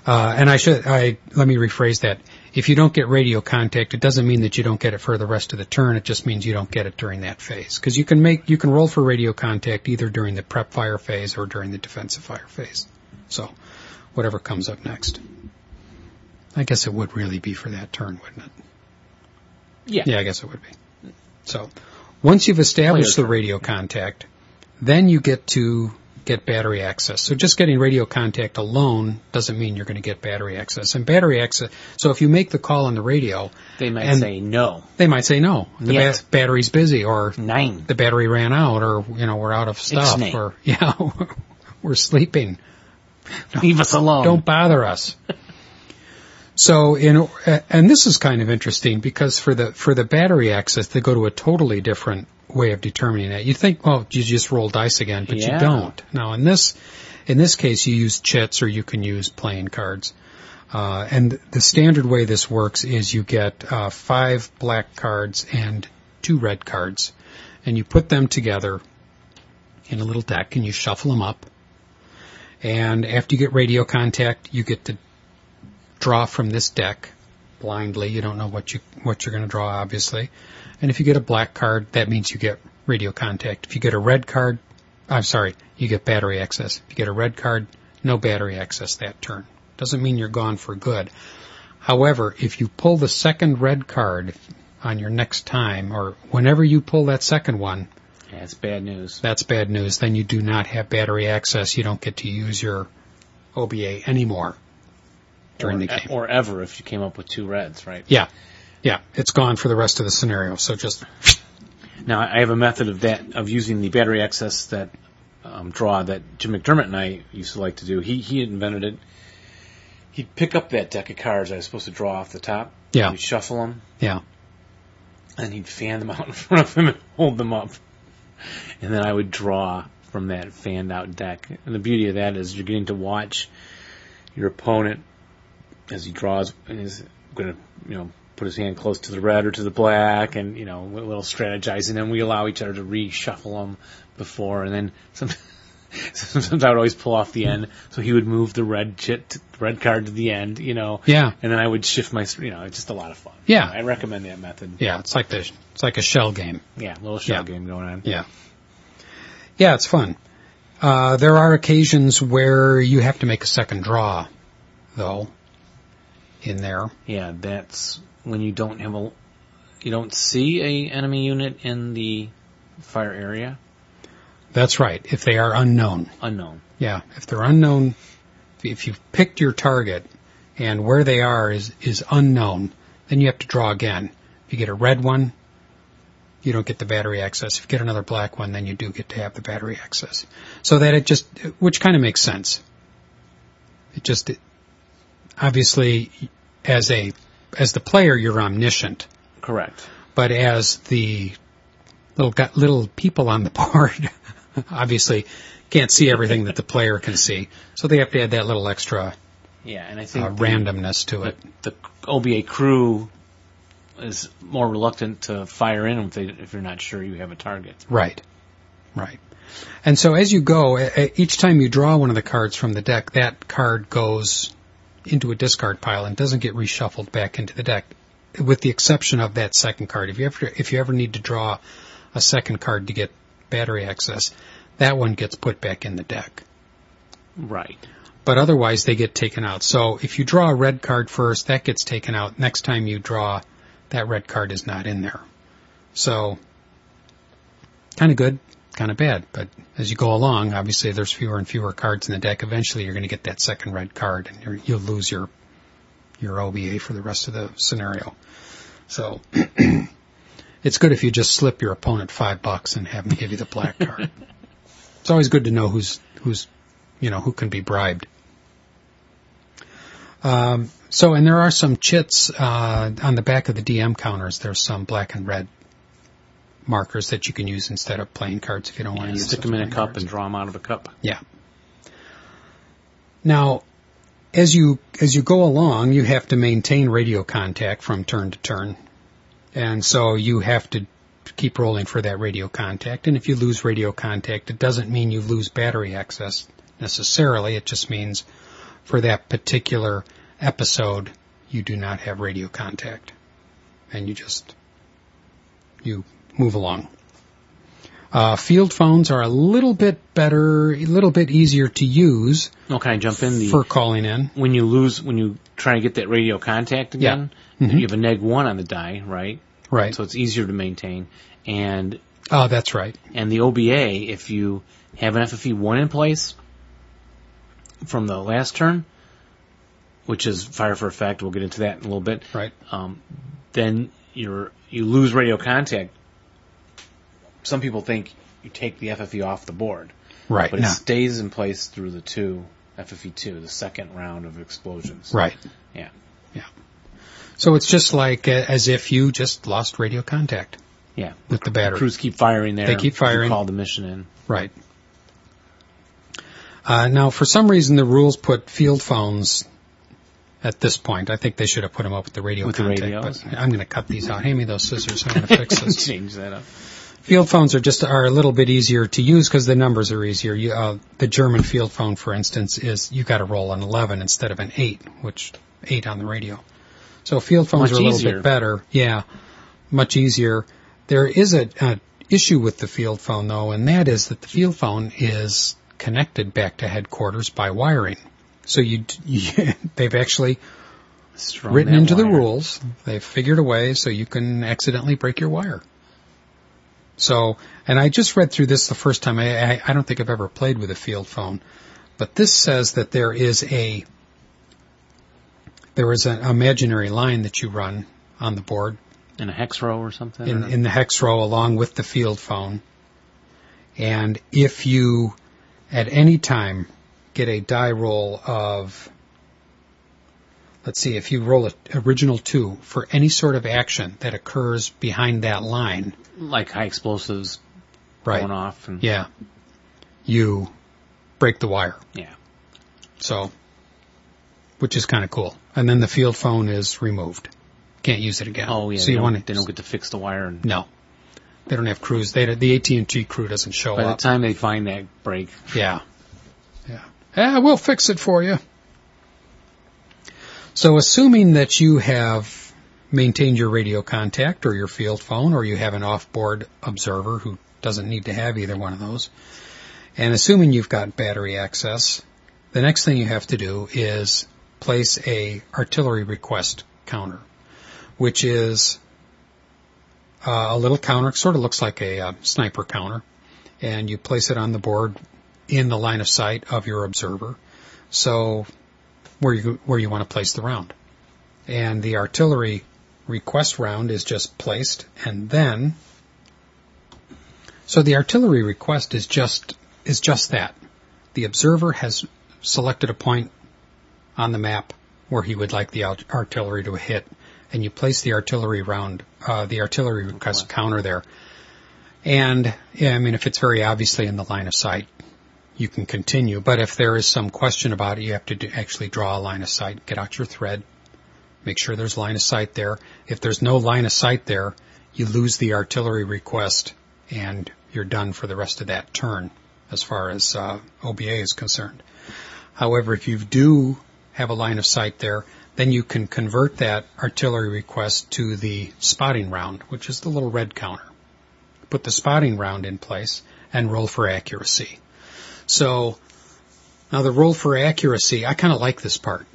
Uh, and I should, I, let me rephrase that. If you don't get radio contact, it doesn't mean that you don't get it for the rest of the turn. It just means you don't get it during that phase. Cause you can make, you can roll for radio contact either during the prep fire phase or during the defensive fire phase. So whatever comes up next. I guess it would really be for that turn, wouldn't it?
Yeah.
Yeah, I guess it would be. So once you've established the
Player turn.
radio contact, then you get to get battery access. So just getting radio contact alone doesn't mean you're going to get battery access. And battery access, so if you make the call on the radio,
They might
And-
say no.
they might say no, the
Yes.
ba- battery's busy or <laughs>
Nine. <laughs>
the battery ran out or, you know, we're out of stuff
Ixnay.
or, <laughs> yeah, we're sleeping.
Leave us alone.
Don't bother us. So in and this is kind of interesting because for the for the battery access they go to a totally different way of determining that. You think, well, you just roll dice again, but you
Yeah.
don't. Now in this in this case you use chits or you can use playing cards. Uh, and the standard way this works is you get uh, five black cards and two red cards, and you put them together in a little deck and you shuffle them up. And after you get radio contact, you get to draw from this deck blindly. You don't know what you what you're going to draw, obviously. And if you get a black card, that means you get radio contact. If you get a red card, I'm sorry, you get battery access. If you get a red card, no battery access that turn. Doesn't mean you're gone for good. However, if you pull the second red card on your next time, or whenever you pull that second one,
Yeah, it's bad news.
that's bad news. Then you do not have battery access. You don't get to use your OBA anymore during
or, e-,
the game.
or ever if you came up with two reds, right?
Yeah. Yeah. It's gone for the rest of the scenario. So just,
Now I have a method of that of using the battery access that um, draw that Jim McDermott and I used to like to do. He he invented it. He'd pick up that deck of cards I was supposed to draw off the top.
yeah.
He'd shuffle them.
Yeah.
And he'd fan them out in <laughs> front of him and hold them up. And then I would draw from that fanned out deck. And the beauty of that is you're getting to watch your opponent as he draws and is going to, you know, put his hand close to the red or to the black and, you know, a little strategizing. And we allow each other to reshuffle them before. And then some, <laughs> sometimes I would always pull off the end. So he would move the red chit, red card to the end, you know.
Yeah.
And then I would shift my, you know, it's just a lot of fun.
Yeah.
I recommend that method.
Yeah. It's like the, it's like a shell game.
Yeah, little shell
Yeah.
game going on.
Yeah. Yeah, it's fun. Uh, there are occasions where you have to make a second draw, though, in there.
Yeah, that's when you don't have a you don't see a enemy unit in the fire area
That's right, if they are unknown.
unknown.
Yeah, if they're unknown, if you've picked your target and where they are is, is unknown, then you have to draw again. If you get a red one, you don't get the battery access. If you get another black one, then you do get to have the battery access. So that it just, which kind of makes sense. It just, it, obviously, as a, as the player, you're omniscient,
Correct.
but as the little, gu- little people on the <laughs> board, obviously can't see everything that the player can see. So they have to add that little extra
Yeah, and I
uh,
think the-
randomness to
the,
it.
the OBA crew is more reluctant to fire in if they if you're not sure you have a target.
Right. Right. And so as you go, e- e- each time you draw one of the cards from the deck, that card goes into a discard pile and doesn't get reshuffled back into the deck, with the exception of that second card. If you ever, if you ever need to draw a second card to get battery access, that one gets put back in the deck.
Right.
but otherwise they get taken out. So if you draw a red card first, that gets taken out. Next time you draw, that red card is not in there. So kind of good, kind of bad. But as you go along, obviously there's fewer and fewer cards in the deck. Eventually you're going to get that second red card and you're, you'll lose your your OBA for the rest of the scenario. So <clears throat> it's good if you just slip your opponent five bucks and have them give you the black
<laughs>
card. it's always good to know who's who's you know, who can be bribed. Um, so, and there are some chits uh, on the back of the DM counters. There's some black and red markers that you can use instead of playing cards if you don't want to
And
use
stick
those
them in a
playing
cup
cards.
and draw them out of a cup.
Yeah. Now, as you as you go along, you have to maintain radio contact from turn to turn, and so you have to keep rolling for that radio contact. And if you lose radio contact, it doesn't mean you lose battery access necessarily. It just means for that particular episode, you do not have radio contact, and you just you move along. Uh, field phones are a little bit better, a little bit easier to use
Oh, can I jump in? The
for calling in.
when you lose when you try to get that radio contact again,
Mhm.
you have a neg one on the die, right?
Right.
So it's easier to maintain. And
Oh, that's right.
And the OBA, if you have an FFE one in place from the last turn, which is fire for effect, we'll get into that in a little bit.
Right.
Um, then you're you lose radio contact. Some people think you take the FFE off the board,
Right.
but it
No.
stays in place through the two FFE two, the second round of explosions.
Right.
Yeah.
Yeah. So it's just like uh, as if you just lost radio contact
Yeah.
with the battery.
Crews keep firing there.
They keep
You
firing.
Call the mission in.
Right. Uh, now, for some reason, the rules put field phones at this point. I think they should have put them up with the radio
With the
contact.
radios?
But I'm going to cut these out. Hand me those scissors. I'm going to
<laughs>
fix this.
Change that up.
field phones are just are a little bit easier to use because the numbers are easier. You, uh, the German field phone, for instance, is you got to roll an 11 instead of an 8, which 8 on the radio. So field
Much
phones are a little
easier.
bit better. Yeah, much easier. There is a, a issue with the field phone though, and that is that the field phone is connected back to headquarters by wiring. So you, d- <laughs> you they've actually
Strung
written
that
into the
wire.
rules. They've figured a way so you can accidentally break your wire. So, and I just read through this the first time. I, I, I don't think I've ever played with a field phone, but this says that there is a there is an imaginary line that you run on the board
in a hex row or something.
in,
or-
in the hex row along with the field phone. And if you at any time get a die roll of, let's see, if you roll an original two for any sort of action that occurs behind that line,
like high explosives
right?
going off and
Yeah. You break the wire.
Yeah.
So, which is kind of cool. And then the field phone is removed. Can't use it again.
Oh yeah.
So
they,
you
don't,
want to,
they don't get to fix the wire. And
no, they don't have crews. They don't- the AT and T crew doesn't show
by the
up.
time they find that break,
yeah, yeah. Ah, we'll fix it for you. So, assuming that you have maintained your radio contact or your field phone, or you have an off-board observer who doesn't need to have either one of those, and assuming you've got battery access, the next thing you have to do is place a artillery request counter, which is uh, a little counter. It sort of looks like a uh, sniper counter, and you place it on the board in the line of sight of your observer. So where you where you want to place the round, and the artillery request round is just placed, and then so the artillery request is just is just that. The observer has selected a point on the map where he would like the art- artillery to hit, and you place the artillery round, uh, the artillery request counter there. And yeah, I mean, if it's very obviously in the line of sight, you can continue. But if there is some question about it, you have to do, actually draw a line of sight, get out your thread, make sure there's line of sight there. If there's no line of sight there, you lose the artillery request and you're done for the rest of that turn as far as uh, OBA is concerned. However, if you do have a line of sight there, then you can convert that artillery request to the spotting round, which is the little red counter. Put the spotting round in place and roll for accuracy. So now the roll for accuracy, I kind of like this part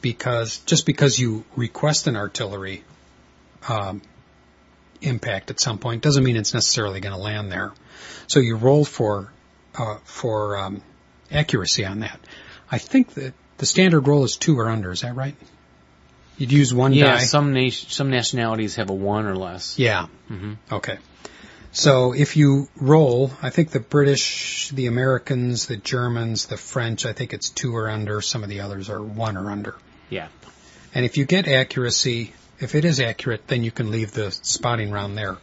because just because you request an artillery um, impact at some point doesn't mean it's necessarily going to land there. So you roll for uh, for um, accuracy on that. I think that the standard roll is two or under. Is that right? You'd use one
yeah,
die.
some nation, some nationalities have a one or less.
yeah.
hmm
Okay. So if you roll, I think the British, the Americans, the Germans, the French, I think it's two or under. Some of the others are one or under.
Yeah.
And if you get accuracy, if it is accurate, then you can leave the spotting round there.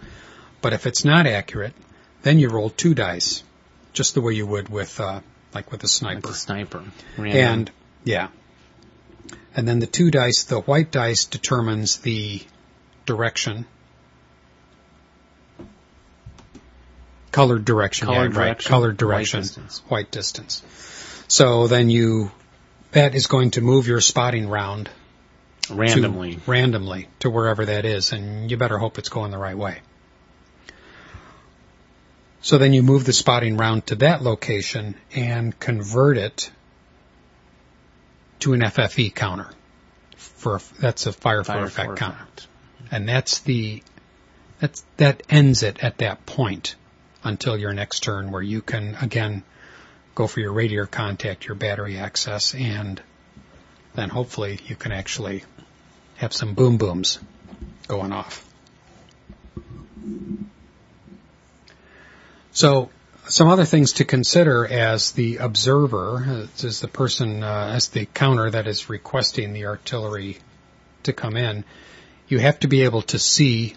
But if it's not accurate, then you roll two dice, just the way you would with, uh, like with a
Like
sniper.
a sniper.
And yeah. And then the two dice, the white dice determines the direction. Colored direction.
Colored
yeah, Right,
direction,
colored
white
direction.
distance.
white distance. So then you, that is going to move your spotting round to-
randomly.
randomly to wherever that is, and you better hope it's going the right way. So then you move the spotting round to that location and convert it to an FFE counter. For a, that's a fire, for
Fire
effect
for
counter,
effect.
and that's the that's that ends it at that point until your next turn, where you can again go for your radio contact, your battery access, and then hopefully you can actually have some boom booms going off. So some other things to consider as the observer, uh, as the person, uh, as the counter that is requesting the artillery to come in, you have to be able to see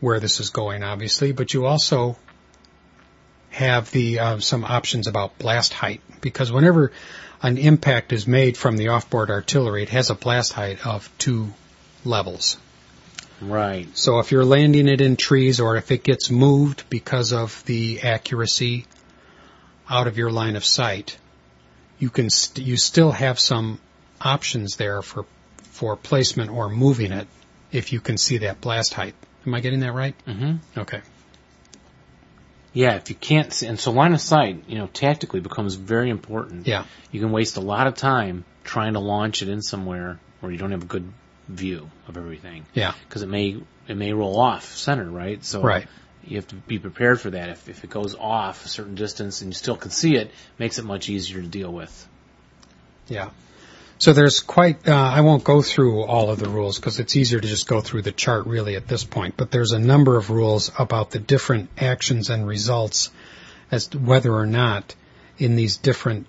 where this is going, obviously, but you also have the uh, some options about blast height because whenever an impact is made from the offboard artillery, it has a blast height of two levels.
Right.
So if you're landing it in trees or if it gets moved because of the accuracy out of your line of sight, you can st- you still have some options there for for placement or moving it
mm-hmm.
if you can see that blast height. Am I getting that right?
hmm
Okay.
Yeah, if you can't see, and so line of sight, you know, tactically becomes very important.
Yeah.
You can waste a lot of time trying to launch it in somewhere where you don't have a good view of everything.
Yeah.
Because it may it may roll off center, right? So
Right.
you have to be prepared for that. If if it goes off a certain distance and you still can see it, makes it much easier to deal with.
Yeah. So there's quite, uh, I won't go through all of the rules because it's easier to just go through the chart really at this point, but there's a number of rules about the different actions and results as to whether or not in these different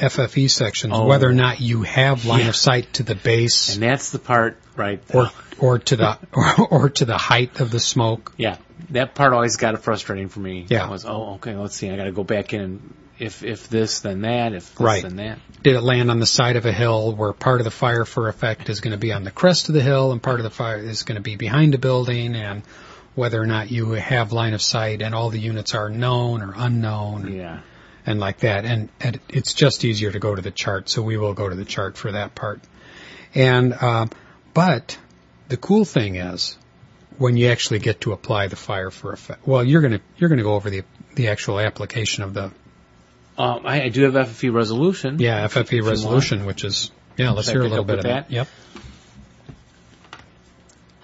FFE sections,
Oh.
whether or not you have line
Yeah.
of sight to the base
And that's the part right
or, or to the, <laughs> or, or to the height of the smoke.
Yeah, that part always got it frustrating for me.
Yeah.
was oh okay, let's see, I got to go back in and if if this then that, if this
Right.
then that.
Did it land on the side of a hill where part of the fire for effect is going to be on the crest of the hill and part of the fire is going to be behind a building and whether or not you have line of sight and all the units are known or unknown
Yeah,
and like that. And, and it's just easier to go to the chart. So we will go to the chart for that part. And, uh, but the cool thing is when you actually get to apply the fire for effect, well, you're going to, you're going to go over the, the actual application of the,
um, I, I do have FFE resolution.
yeah, FFE
want.
resolution, which is, yeah, let's
Should I
hear a
pick
little
up
bit
with
of that.
that?
Yep.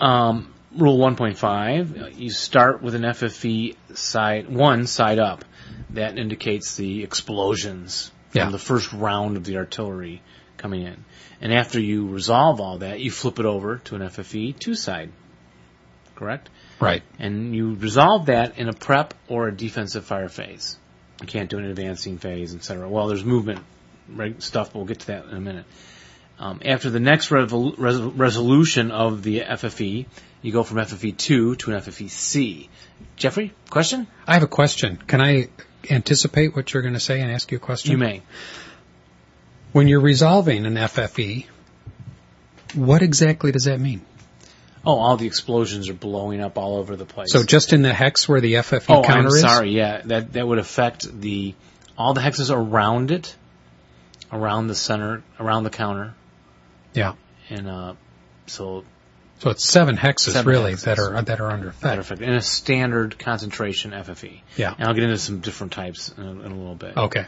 Um, rule 1.5, uh, you start with an FFE side one side up. That indicates the explosions from
Yeah.
the first round of the artillery coming in. And after you resolve all that, you flip it over to an FFE two side. Correct?
Right.
and you resolve that in a prep or a defensive fire phase. You can't do an advancing phase, etc. Well, there's movement right, stuff, but we'll get to that in a minute. Um, after the next revol- res- resolution of the FFE, you go from FFE two to an FFE C. Jeffrey, question?
I have a question. Can I anticipate what you're going to say and ask you a question?
You may.
When you're resolving an FFE, what exactly does that mean?
Oh, all the explosions are blowing up all over the place.
So just in the hex where the FFE
oh,
counter
I'm
is?
sorry. Yeah, that that would affect the all the hexes around it, around the center, around the counter.
Yeah.
And uh, so
So it's seven hexes
Seven
really
hexes.
that are that are under
Matter
effect.
of fact, in a standard concentration FFE.
Yeah. Oh.
And I'll get into some different types in a, in a little bit.
Okay.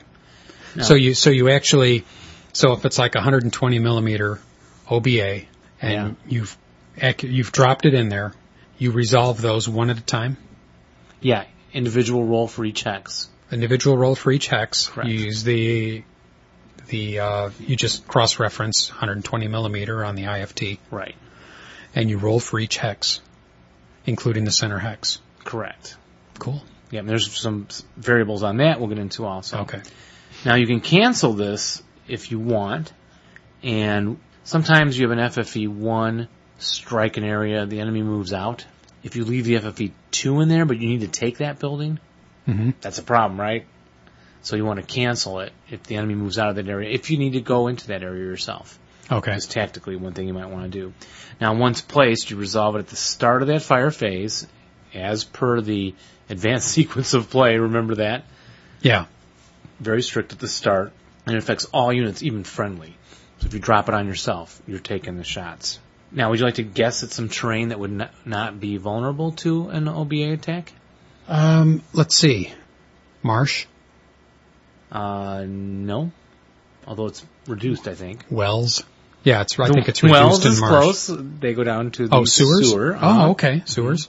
No.
So you so you actually so if it's like 120 millimeter OBA and you've ac- you've dropped it in there, you resolve those one at a time.
Yeah, individual roll for each hex.
individual roll for each hex.
Correct.
You use the the uh, you just cross reference 120 millimeter on the IFT,
Right.
and you roll for each hex, including the center hex.
Correct.
Cool.
Yeah, and there's some s- variables on that we'll get into also.
Okay.
Now you can cancel this if you want, and sometimes you have an FFE one strike an area, the enemy moves out. If you leave the FFE two in there, but you need to take that building,
hmm
that's a problem, right? So you want to cancel it if the enemy moves out of that area. If you need to go into that area yourself.
Okay.
is tactically one thing you might want to do. Now, once placed, you resolve it at the start of that fire phase, as per the advanced <laughs> sequence of play. Remember that
Yeah.
very strict at the start, and it affects all units, even friendly. So if you drop it on yourself, you're taking the shots. Now, would you like to guess at some terrain that would not, not be vulnerable to an OBA attack?
Um, let's see. Marsh,
Uh, no. Although it's reduced, I think.
Wells. Yeah, it's. I think it's reduced
Wells
in
is
Marsh.
close. They go down to the
Oh, sewers.
sewer. Uh,
Oh, okay, sewers.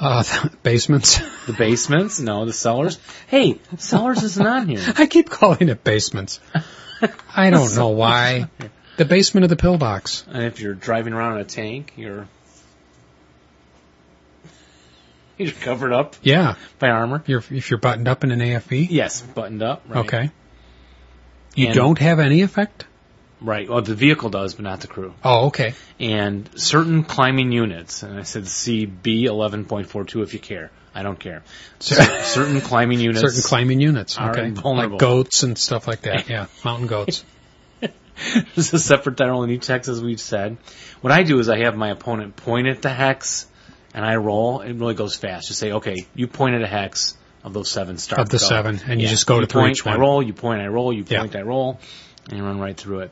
Uh, <laughs> basements.
The basements? No, the cellars. Hey, cellars isn't on
<laughs>
here.
I keep calling it basements.
<laughs>
I don't know why. The basement of the pillbox.
And if you're driving around in a tank, you're you're covered up
Yeah,
by armor.
you're, if you're buttoned up in an AFV.
Yes, buttoned up. Right.
Okay. You
And-
don't have any effect?
Right. Well, the vehicle does, but not the crew.
Oh, okay.
And certain climbing units, and I said CB 11.42 if you care. I don't care. <laughs>
So-
Cer- <laughs> certain climbing units. <laughs>
Certain climbing units.
are
Okay.
invulnerable.
Like goats and stuff
<laughs>
like that. Yeah. Mountain goats.
There's a separate title in each hex, as we've said. What I do is I have my opponent point at the hex, and I roll. It really goes fast. Just say, okay, you point at a hex of those seven stars.
Of the seven, and you just go to through
point,
each one.
I roll, you point, I roll, you
Yeah.
point, I roll, and you run right through it.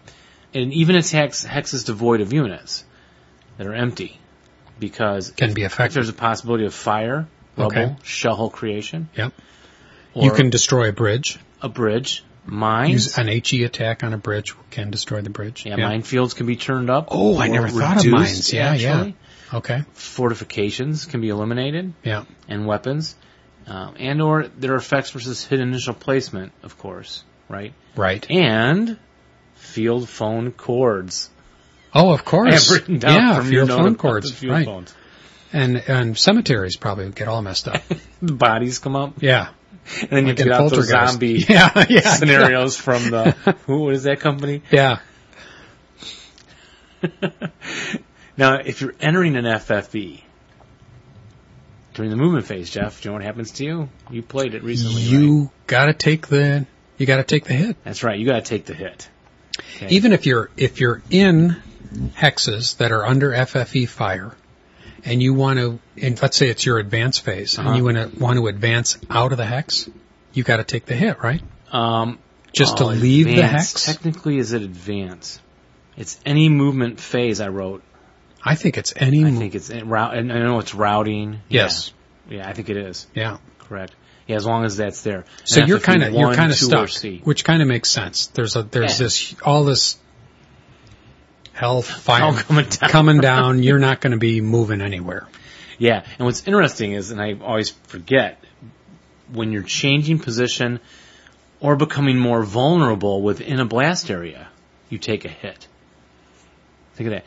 And even a hex, hex is devoid of units that are empty, because
Can be
if
effective.
there's a possibility of fire, rubble,
Okay.
shell creation.
Yep.
Or
you can destroy a bridge.
a bridge, mines.
Use an HE attack on a bridge can destroy the bridge.
yeah, minefields can be turned up.
Oh, I
or
never thought of
reduced,
mines. Yeah, yeah.
actually.
Okay.
Fortifications can be eliminated,
Yeah.
and weapons, um, and or their effects versus hidden initial placement, of course, right?
Right.
And field phone cords.
Oh, of
I have
course.
written down
yeah,
from
field
your note
phone
about
cords.
the field
right.
phones.
And and cemeteries probably would get all
<laughs>
messed up.
The bodies come up,
Yeah.
and then you
Like in
get out those
Poltergeist.
zombie
<laughs> Yeah, yeah.
scenarios from
<laughs>
the who what is that company?
Yeah.
Now, if you're entering an FFE during the movement phase, Jeff, do you know what happens to you? You played it recently. right?
You gotta take the you gotta take the hit.
That's right. You got to take the hit. Okay.
Even if you're if you're in hexes that are under FFE fire, and you want to, and let's say it's your advance phase, and
Uh-huh.
you want to want to advance out of the hex, you got to take the hit, right?
um,
Just to
oh,
leave the
advance.
hex.
Technically, is it advance? It's any movement phase. I wrote.
I think it's any.
I
mo-
think it's in, route. and I know it's routing.
yes.
Yeah. Yeah, I think it is
Yeah.
correct. Yeah, as long as that's there.
So
And
you're
FFE
kind of you're
E one,
kind of
two, or
stuck,
C.
which kind of makes sense. There's a there's
Yeah.
this all this hell fire
All coming down.
coming down. You're not going to be moving anywhere.
Yeah, and what's interesting is, and I always forget, when you're changing position or becoming more vulnerable within a blast area, you take a hit. Think of that.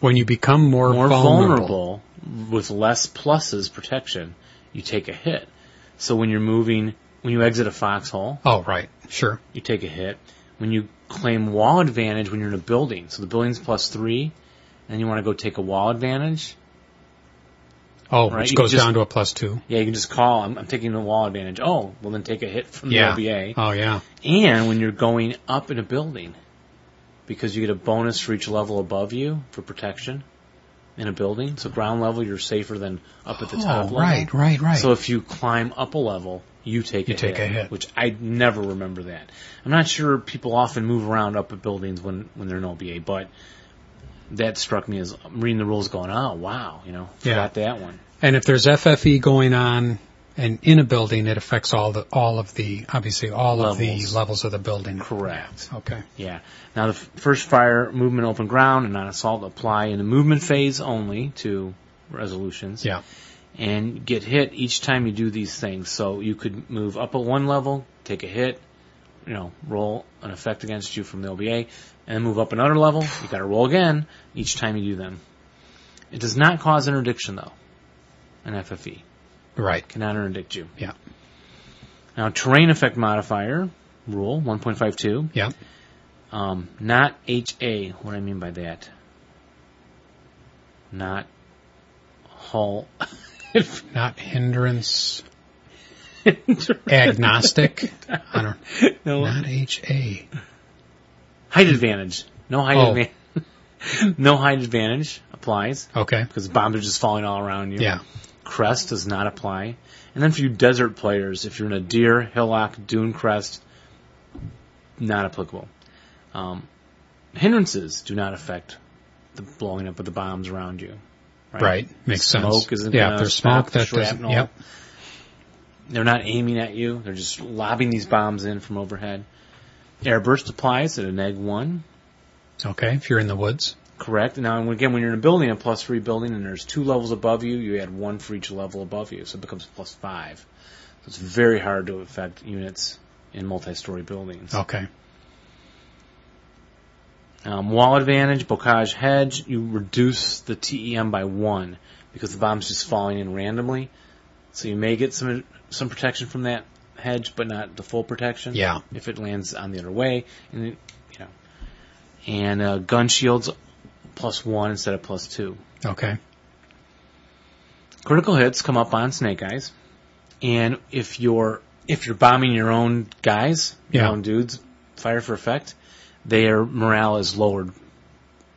When you become more,
More
vulnerable,
vulnerable, with less pluses protection, you take a hit. So when you're moving, when you exit a foxhole,
Oh right, sure.
you take a hit. When you claim wall advantage when you're in a building, so the building's plus three, and you want to go take a wall advantage,
Oh,
Right,
which
you
goes
just-
down to a plus two.
Yeah, you can just call. I'm, I'm taking the wall advantage. Oh, well then take a hit from
Yeah.
the LBA.
Oh yeah.
And when you're going up in a building, because you get a bonus for each level above you for protection in a building. So ground level, you're safer than up at the top
oh
level.
right, right, right.
So if you climb up a level, you take
You
a
take
hit,
a hit.
which I never remember that. I'm not sure people often move around up at buildings when when they're in OBA, but that struck me as I'm reading the rules, going, oh wow, you know,
Yeah.
forgot that one.
and if there's FFE going on and in a building, it affects all the all of the obviously all of the
Levels.
levels of the building.
Correct.
Okay.
Yeah. Now the f- first fire, movement, open ground, and non-assault apply in the movement phase only to resolutions.
Yeah.
And get hit each time you do these things. So you could move up at one level, take a hit, you know, roll an effect against you from the OBA, and then move up another level. You got to roll again each time you do them. It does not cause interdiction though. An FFE
Right.
cannot interdict you.
Yeah.
Now terrain effect modifier rule 1.52.
Yeah.
Um, not HA. What do I mean by that? Not hull.
Not <laughs> hindrance. Agnostic. I
<laughs>
don't.
no
Not HA.
height advantage. No height
Oh.
advantage. <laughs> no height advantage applies
Okay.
because bombs are just falling all around you.
Yeah.
Crest does not apply. And then for you desert players, if you're in a deer, hillock, dune crest, not applicable. Um, hindrances do not affect the blowing up of the bombs around you.
Right. Makes sense.
smoke isn't
yeah.
gonna
If there's
stop
smoke, that doesn't.
shrapnel.
Yep.
They're not aiming at you. They're just lobbing these bombs in from overhead. Air burst applies at a neg one,
Okay. If you're in the woods.
correct? Now, again, when you're in a building, a plus three building, and there's two levels above you, you add one for each level above you, so it becomes plus five. So it's very hard to affect units in multi-story buildings.
Okay.
Um, wall advantage, bocage hedge, you reduce the TEM by one because the bomb's just falling in randomly. So you may get some some protection from that hedge, but not the full protection.
Yeah.
If it lands on the other way, and it, you know, and uh, gun shields plus one instead of plus two.
Okay.
Critical hits come up on snake eyes, and if you're if you're bombing your own guys, your
Yeah.
own dudes, fire for effect, their morale is lowered.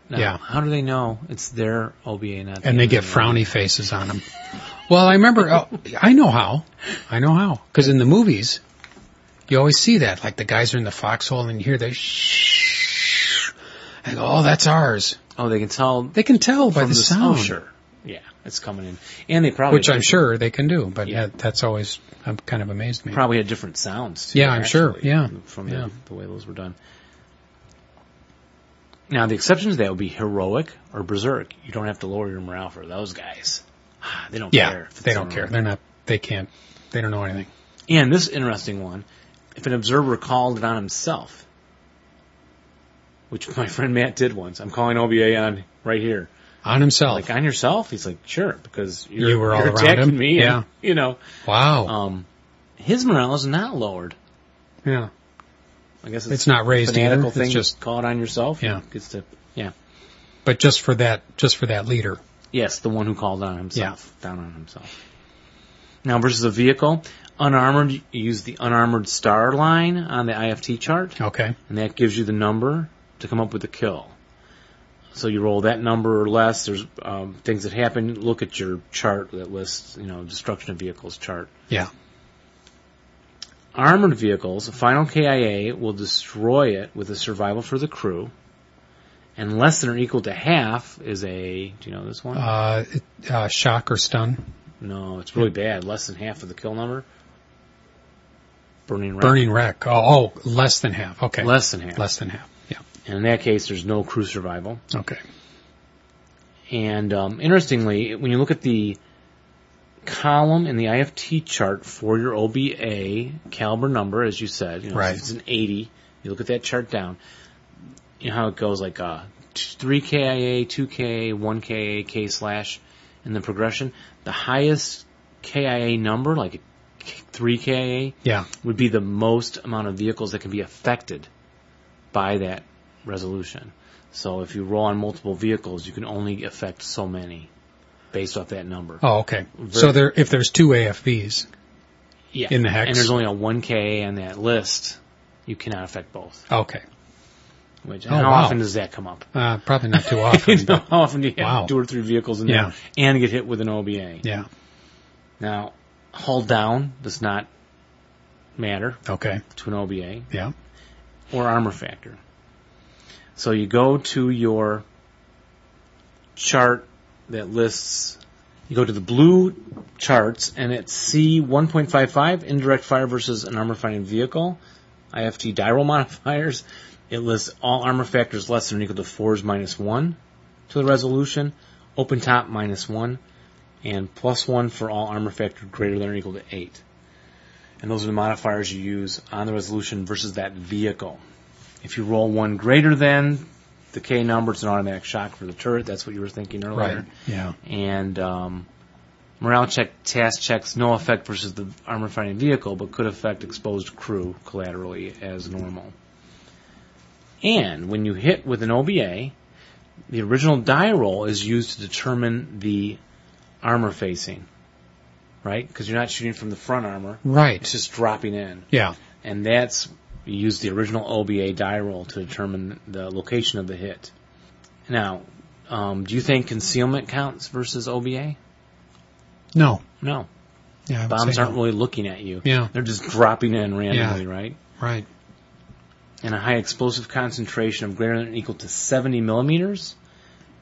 Now,
Yeah.
How do they know it's their OBA not?
And they
the
get
enemy?
frowny faces on them. Well, I remember. Oh, I know how. I know how. Because in the movies, you always see that. Like the guys are in the foxhole and you hear the shh. And go, oh, that's ours.
Oh, they can tell
They can tell by
from
the
s-
sound.
Oh, sure. Yeah, it's coming in, and they probably
which I'm sure they can do. But
Yeah.
that, that's always um, kind of amazed me.
probably had different sounds. Too,
Yeah, I'm sure.
actually,
Yeah.
from
Yeah.
The, the way those were done. Now the exceptions to that would be heroic or berserk. You don't have to lower your morale for those guys. <sighs> They don't
yeah,
care. if
they
it's
don't care.
heroic.
They're not. They can't. They don't know anything.
And this interesting one, if an observer called it on himself, which my <laughs> friend Matt did once. I'm calling OBA on right here.
On himself.
Like on yourself? He's like, sure, because you're,
Oh. You were all
you're
around
attacking
him?
me.
Yeah.
and, you know,
wow.
um, his morale is not lowered.
yeah.
I guess it's,
It's not raised either.
fanatical
It's
thing.
just-
Just call it on yourself.
Yeah.
Gets to
But just for that, just for that leader.
Yes, the one who called on himself, down on himself. Now versus a vehicle, unarmored. You use the unarmored star line on the IFT chart,
Okay.
and that gives you the number to come up with the kill. So you roll that number or less. There's um, things that happen. Look at your chart that lists, you know, destruction of vehicles chart.
Yeah.
Armored vehicles, final KIA will destroy it with a survival for the crew, and less than or equal to half is a. Do you know this one?
Uh, it- uh, shock or stun.
No, it's really bad. Less than half of the kill number. Burning wreck.
Burning wreck. Oh, oh, less than half. Okay.
Less than half.
Less than half.
And in that case, there's no crew survival.
Okay.
And um, interestingly, when you look at the column in the IFT chart for your OBA caliber number, as you said, you know,
Right.
if it's an 80, you look at that chart down, you know how it goes like uh, 3KIA, 2KA, 1KA, K slash, in the progression. The highest KIA number, like 3KA,
Yeah.
would be the most amount of vehicles that can be affected by that resolution. So if you roll on multiple vehicles, you can only affect so many based off that number.
Oh, okay.
Ver-
So there, if there's two AFBs
yeah.
in the hex.
And there's only a 1K on that list. You cannot affect both.
okay.
Which,
Oh,
how
wow.
often does that come up?
Uh, probably
<laughs>
not too
You
often.
know, how often do you have
Wow.
two or three vehicles in
Yeah.
there and get hit with an OBA?
Yeah.
Now, hull down does not matter
Okay.
to an OBA.
Yeah.
or armor factor. So you go to your chart that lists, you go to the blue charts, and it's C1.55, indirect fire versus an armor fighting vehicle, IFT diral <laughs> modifiers. It lists all armor factors less than or equal to 4 is minus 1 to the resolution, open top minus 1, and plus 1 for all armor factor greater than or equal to 8. And those are the modifiers you use on the resolution versus that vehicle. If you roll one greater than the K number, it's an automatic shock for the turret. That's what you were thinking earlier.
Right. Yeah.
And um, morale check task checks no effect versus the armor fighting vehicle, but could affect exposed crew collaterally as normal. And when you hit with an OBA, the original die roll is used to determine the armor facing, right? Because you're not shooting from the front armor. It's
Right.
just dropping in.
Yeah.
And that's, you use the original OBA die roll to determine the location of the hit. Now, um, do you think concealment counts versus OBA?
No.
No.
Yeah. I would
Bombs
say
aren't
no.
really looking at you.
Yeah.
They're just dropping in randomly, right?
Right.
And a high explosive concentration of greater than or equal to 70 millimeters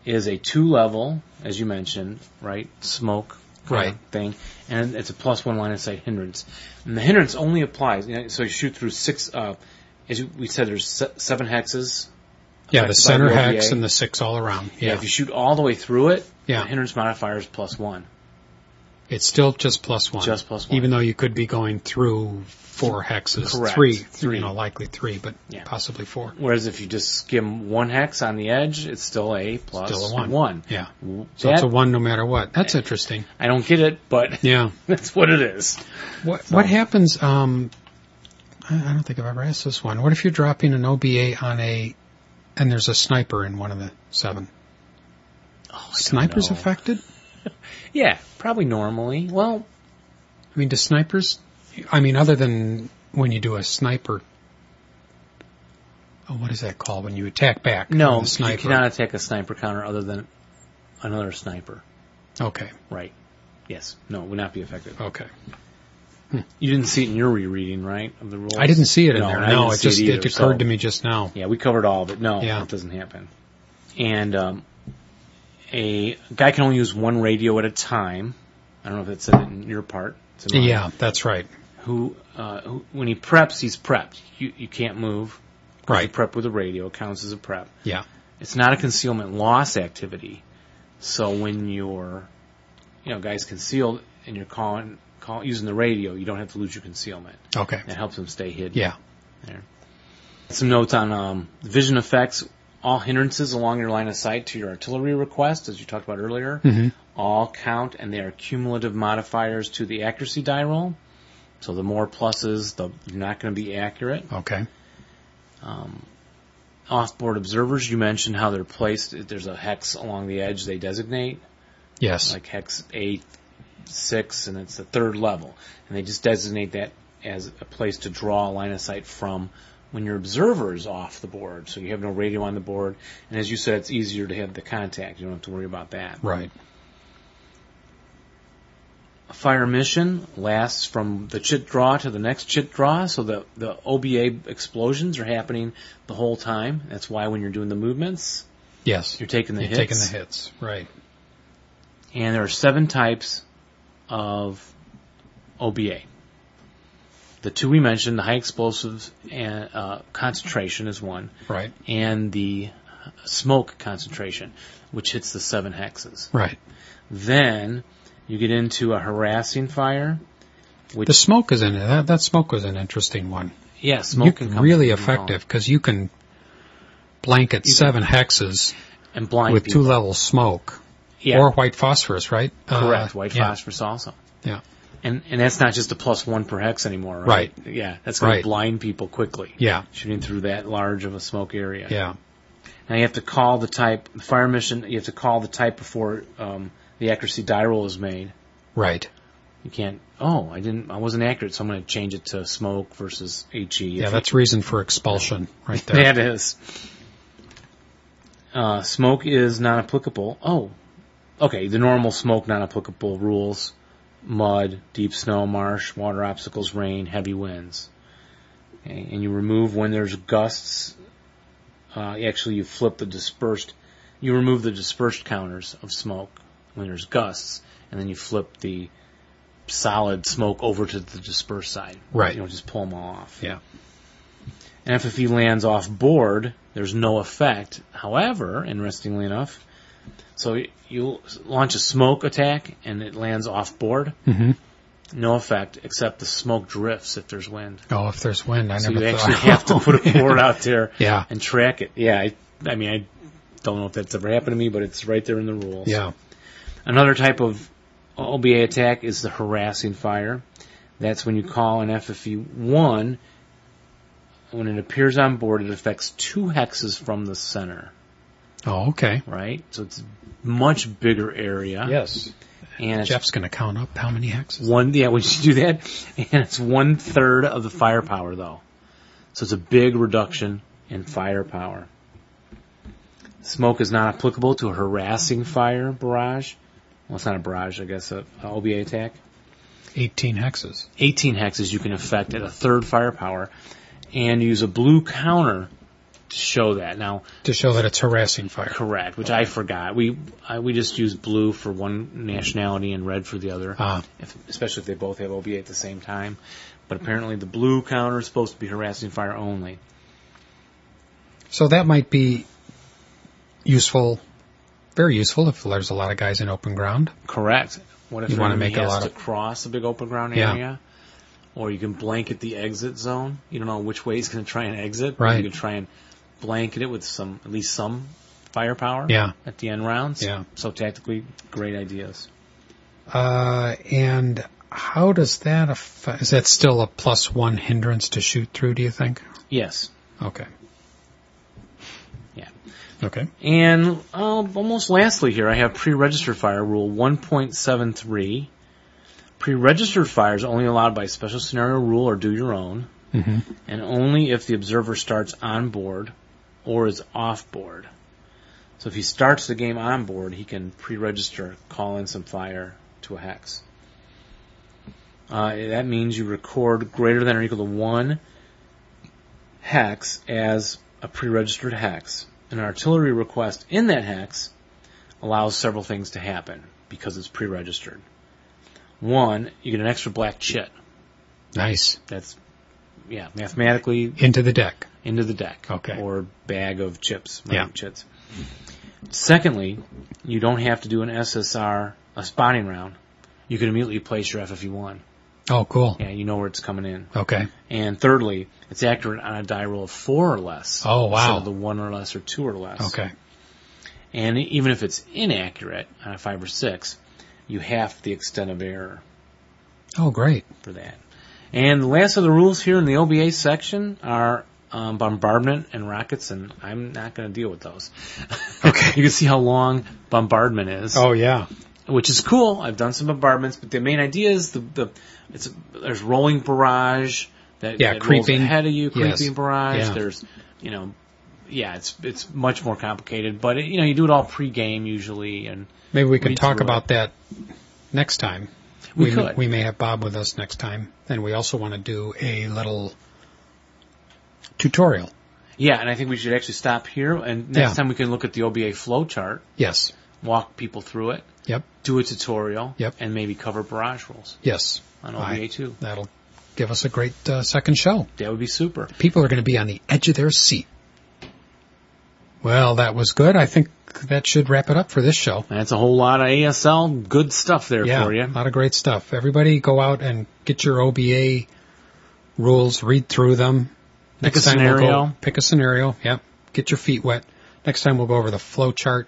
is a two level, as you mentioned, right? Smoke kind of
Right.
thing. And it's a plus one line of sight hindrance. And the hindrance only applies, you know, so you shoot through six, uh, as you- we said, there's se- seven hexes.
Yeah.
affected
The
by
center
the
hex
OVA.
and the six all around.
Yeah,
Yeah.
if you shoot all the way through it, the
Yeah.
hindrance modifier is plus one.
It's still just plus one.
Just plus one.
Even though you could be going through four hexes.
Correct.
Three.
Three.
You know, likely three, but
Yeah.
possibly four.
Whereas if you just skim one hex on the edge, it's still a plus
Still a one. Yeah.
one.
So it's a
That-
one no matter what. That's interesting.
I don't get it, but <laughs>
Yeah.
that's what it is.
What
So-
what happens? Um, I, I don't think I've ever asked this one. What if you're dropping an OBA on a, and there's a sniper in one of the seven?
Oh,
Snipers affected?
Yeah, probably normally. Well,
I mean, do snipers? I mean, other than when you do a sniper. Oh, what is that called when you attack back?
no,
with a
you
sniper.
cannot attack a sniper counter other than another sniper.
Okay,
Right. Yes. No, it would not be effective.
okay.
You didn't see it in your rereading, right, of the rules?
I didn't see it in
No,
there.
I
No,
didn't see
it
it
just
either,
it occurred
so-
to me just now.
Yeah, we covered all of it. No,
Yeah.
it doesn't happen. And um, a guy can only use one radio at a time. I don't know if that said it in your part. It's in mine.
Yeah, that's right.
Who, uh, who when he preps, he's prepped. You you can't move. You
Right.
prep with a radio counts as a prep.
Yeah.
It's not a concealment loss activity. So when you're, you know, guys concealed and you're calling, call using the radio, you don't have to lose your concealment.
Okay.
That helps them stay hidden.
Yeah.
Some notes on um, vision effects. All hindrances along your line of sight to your artillery request, as you talked about earlier,
hmm
all count, and they are cumulative modifiers to the accuracy die roll. So the more pluses, the you're not going to be accurate.
Okay.
Um, off-board observers, you mentioned how they're placed. If There's a hex along the edge they designate,
Yes.
like hex eight, six, and it's the third level, and they just designate that as a place to draw a line of sight from when your observer is off the board. So you have no radio on the board, and as you said, it's easier to have the contact. You don't have to worry about that.
right.
A fire mission lasts from the chit draw to the next chit draw, so the, the OBA explosions are happening the whole time. That's why when you're doing the movements,
Yes.
you're taking the
You're
hits.
taking the hits. Right.
And there are seven types of OBA. The two we mentioned, the high explosives and uh, concentration is one,
Right.
and the smoke concentration, which hits the seven hexes.
Right.
Then you get into a harassing fire. Which,
The smoke is in it. That, that smoke was an interesting one.
yeah, smoke
you,
can come
really
from all-
effective because you can blanket
You can-
seven hexes
and blind
with
people.
two levels smoke
yeah,
or white phosphorus, right? Uh,
correct white
yeah.
phosphorus also
Yeah.
and and that's not just a plus one per hex anymore right, yeah that's going
Right.
to blind people quickly
Yeah.
shooting through that large of a smoke area
Yeah.
now you have to call the type the fire mission you have to call the type before um, the accuracy die roll is made
Right.
you can't oh i didn't i wasn't accurate so i'm going to change it to smoke versus he
Yeah. That's reason for expulsion right there.
that is uh, smoke is not applicable oh okay the normal smoke non applicable rules mud deep snow marsh water obstacles rain heavy winds Okay, and you remove when there's gusts uh, actually you flip the dispersed you remove the dispersed counters of smoke when there's gusts and then you flip the solid smoke over to the dispersed side
Right.
you know just pull them all off
Yeah.
and if, if he lands off board, there's no effect. However, interestingly enough, so y- you launch a smoke attack and it lands off board,
Mm-hmm.
no effect, except the smoke drifts if there's wind.
Oh, if there's wind, I
So
never
you
thought.
actually have to
<laughs>
put a board out there
Yeah.
and track it. Yeah, I, I mean, I don't know if that's ever happened to me, but it's right there in the rules.
Yeah.
Another type of OBA attack is the harassing fire. That's when you call an FFE1. When it appears on board, it affects two hexes from the center,
Oh, okay.
right? So it's a much bigger area.
Yes.
And it's
Jeff's going to count up how many hexes.
one, yeah, we should do that. And it's one third of the firepower, though. So it's a big reduction in firepower. Smoke is not applicable to a harassing fire barrage. Well, it's not a barrage, I guess, a, a OBA attack.
18 hexes.
18 hexes you can affect at a third firepower and use a blue counter to show that. Now,
To show that it's harassing fire.
correct, which I forgot. We I, we just use blue for one nationality and red for the other,
Ah,
if, especially if they both have OBA at the same time. But apparently the blue counter is supposed to be harassing fire only.
so that might be useful, very useful if there's a lot of guys in open ground.
Correct. What if
You
you
wanna
want to
make a lot
to
of-
cross a big open ground
Yeah.
area? Or you can blanket the exit zone. You don't know which way he's going to try and exit. but
Right.
You can try and blanket it with some, at least some firepower.
Yeah.
at the end rounds.
Yeah.
So tactically, great ideas.
Uh, and how does that affect, is that still a plus one hindrance to shoot through, do you think?
Yes.
Okay.
Yeah.
Okay.
And uh, almost lastly here, I have pre-registered fire rule 1.73. Pre-registered fire is only allowed by special scenario rule or do your own,
hmm
and only if the observer starts on board or is off board. So if he starts the game on board, he can pre-register, call in some fire to a hex. Uh, that means you record greater than or equal to one hex as a pre-registered hex. An artillery request in that hex allows several things to happen because it's pre-registered. One, you get an extra black chit.
Nice.
That's yeah, mathematically
Into the deck.
into the deck.
Okay.
Or bag of chips.
Yeah.
Chits. Secondly, you don't have to do an SSR a spawning round. You can immediately place your FFE1.
Oh, cool.
Yeah, you know where it's coming in.
Okay.
And thirdly, it's accurate on a die roll of four or less.
Oh, wow.
Instead of the one or less or two or less.
Okay.
And even if it's inaccurate on a five or six, you half the extent of error
Oh, great.
for that. And the last of the rules here in the OBA section are um, bombardment and rockets, and I'm not going to deal with those. <laughs> Okay. you can see how long bombardment is,
Oh, yeah.
which is cool. I've done some bombardments, but the main idea is the, the it's there's rolling barrage that,
Yeah,
that
creeping.
rolls ahead of you, creeping
Yes.
barrage.
Yeah.
There's you know, yeah, it's it's much more complicated, but it, you know you do it all pre-game usually, and
Maybe we can
Read
talk
through
about that next time.
we,
may-
could
we may have Bob with us next time, and we also want to do a little tutorial.
Yeah, and I think we should actually stop here. And next
Yeah.
time we can look at the OBA flow chart,
Yes.
walk people through it.
Yep.
Do a tutorial.
Yep.
And maybe cover barrage rules
Yes.
on
Aye.
OBA too.
That'll give us a great uh, second show.
That would be super.
People are going to be on the edge of their seat. Well, that was good. I think that should wrap it up for this show.
And that's a whole lot of ASL good stuff there
yeah,
for you.
a lot of great stuff. Everybody go out and get your OBA rules, read through them.
Pick a
We'll go,
scenario.
pick a scenario. Yep. Get your feet wet. Next time we'll go over the flow chart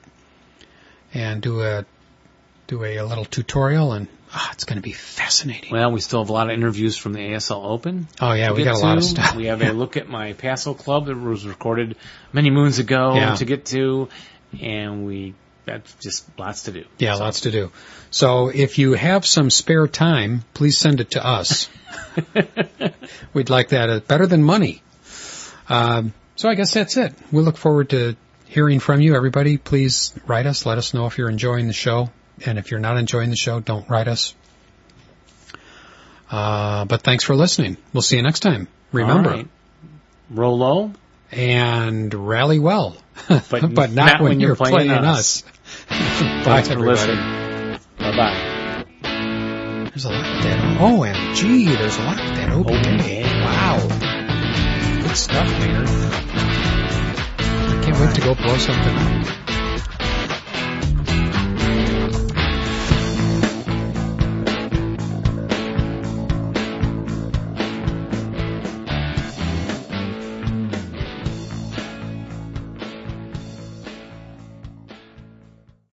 and do a do a, little tutorial and ah, it's going to be fascinating.
Well, we still have a lot of interviews from the ASL Open.
oh yeah,
to
we
get
got a lot of
to.
stuff.
We have a look at my Paso Club that was recorded many moons ago
Yeah.
to get to, and we that's just lots to do.
Yeah, lots to do. So if you have some spare time, please send it to us. We'd like that uh, better than money. Um, so I guess that's it. We look forward to hearing from you, everybody. Please write us. Let us know if you're enjoying the show. And if you're not enjoying the show, don't write us. Uh, but thanks for listening. We'll see you next time. Remember
All right. roll low,
and rally well, <laughs>
but,
but not, when, you're,
<laughs>
playing, us. Bye,
Thanks for
everybody.
listening. Bye bye.
There's a lot of that. OMG, there's a lot of that open.
OBA.
Wow. Good stuff, Mayor. I can't wait to go blow something up.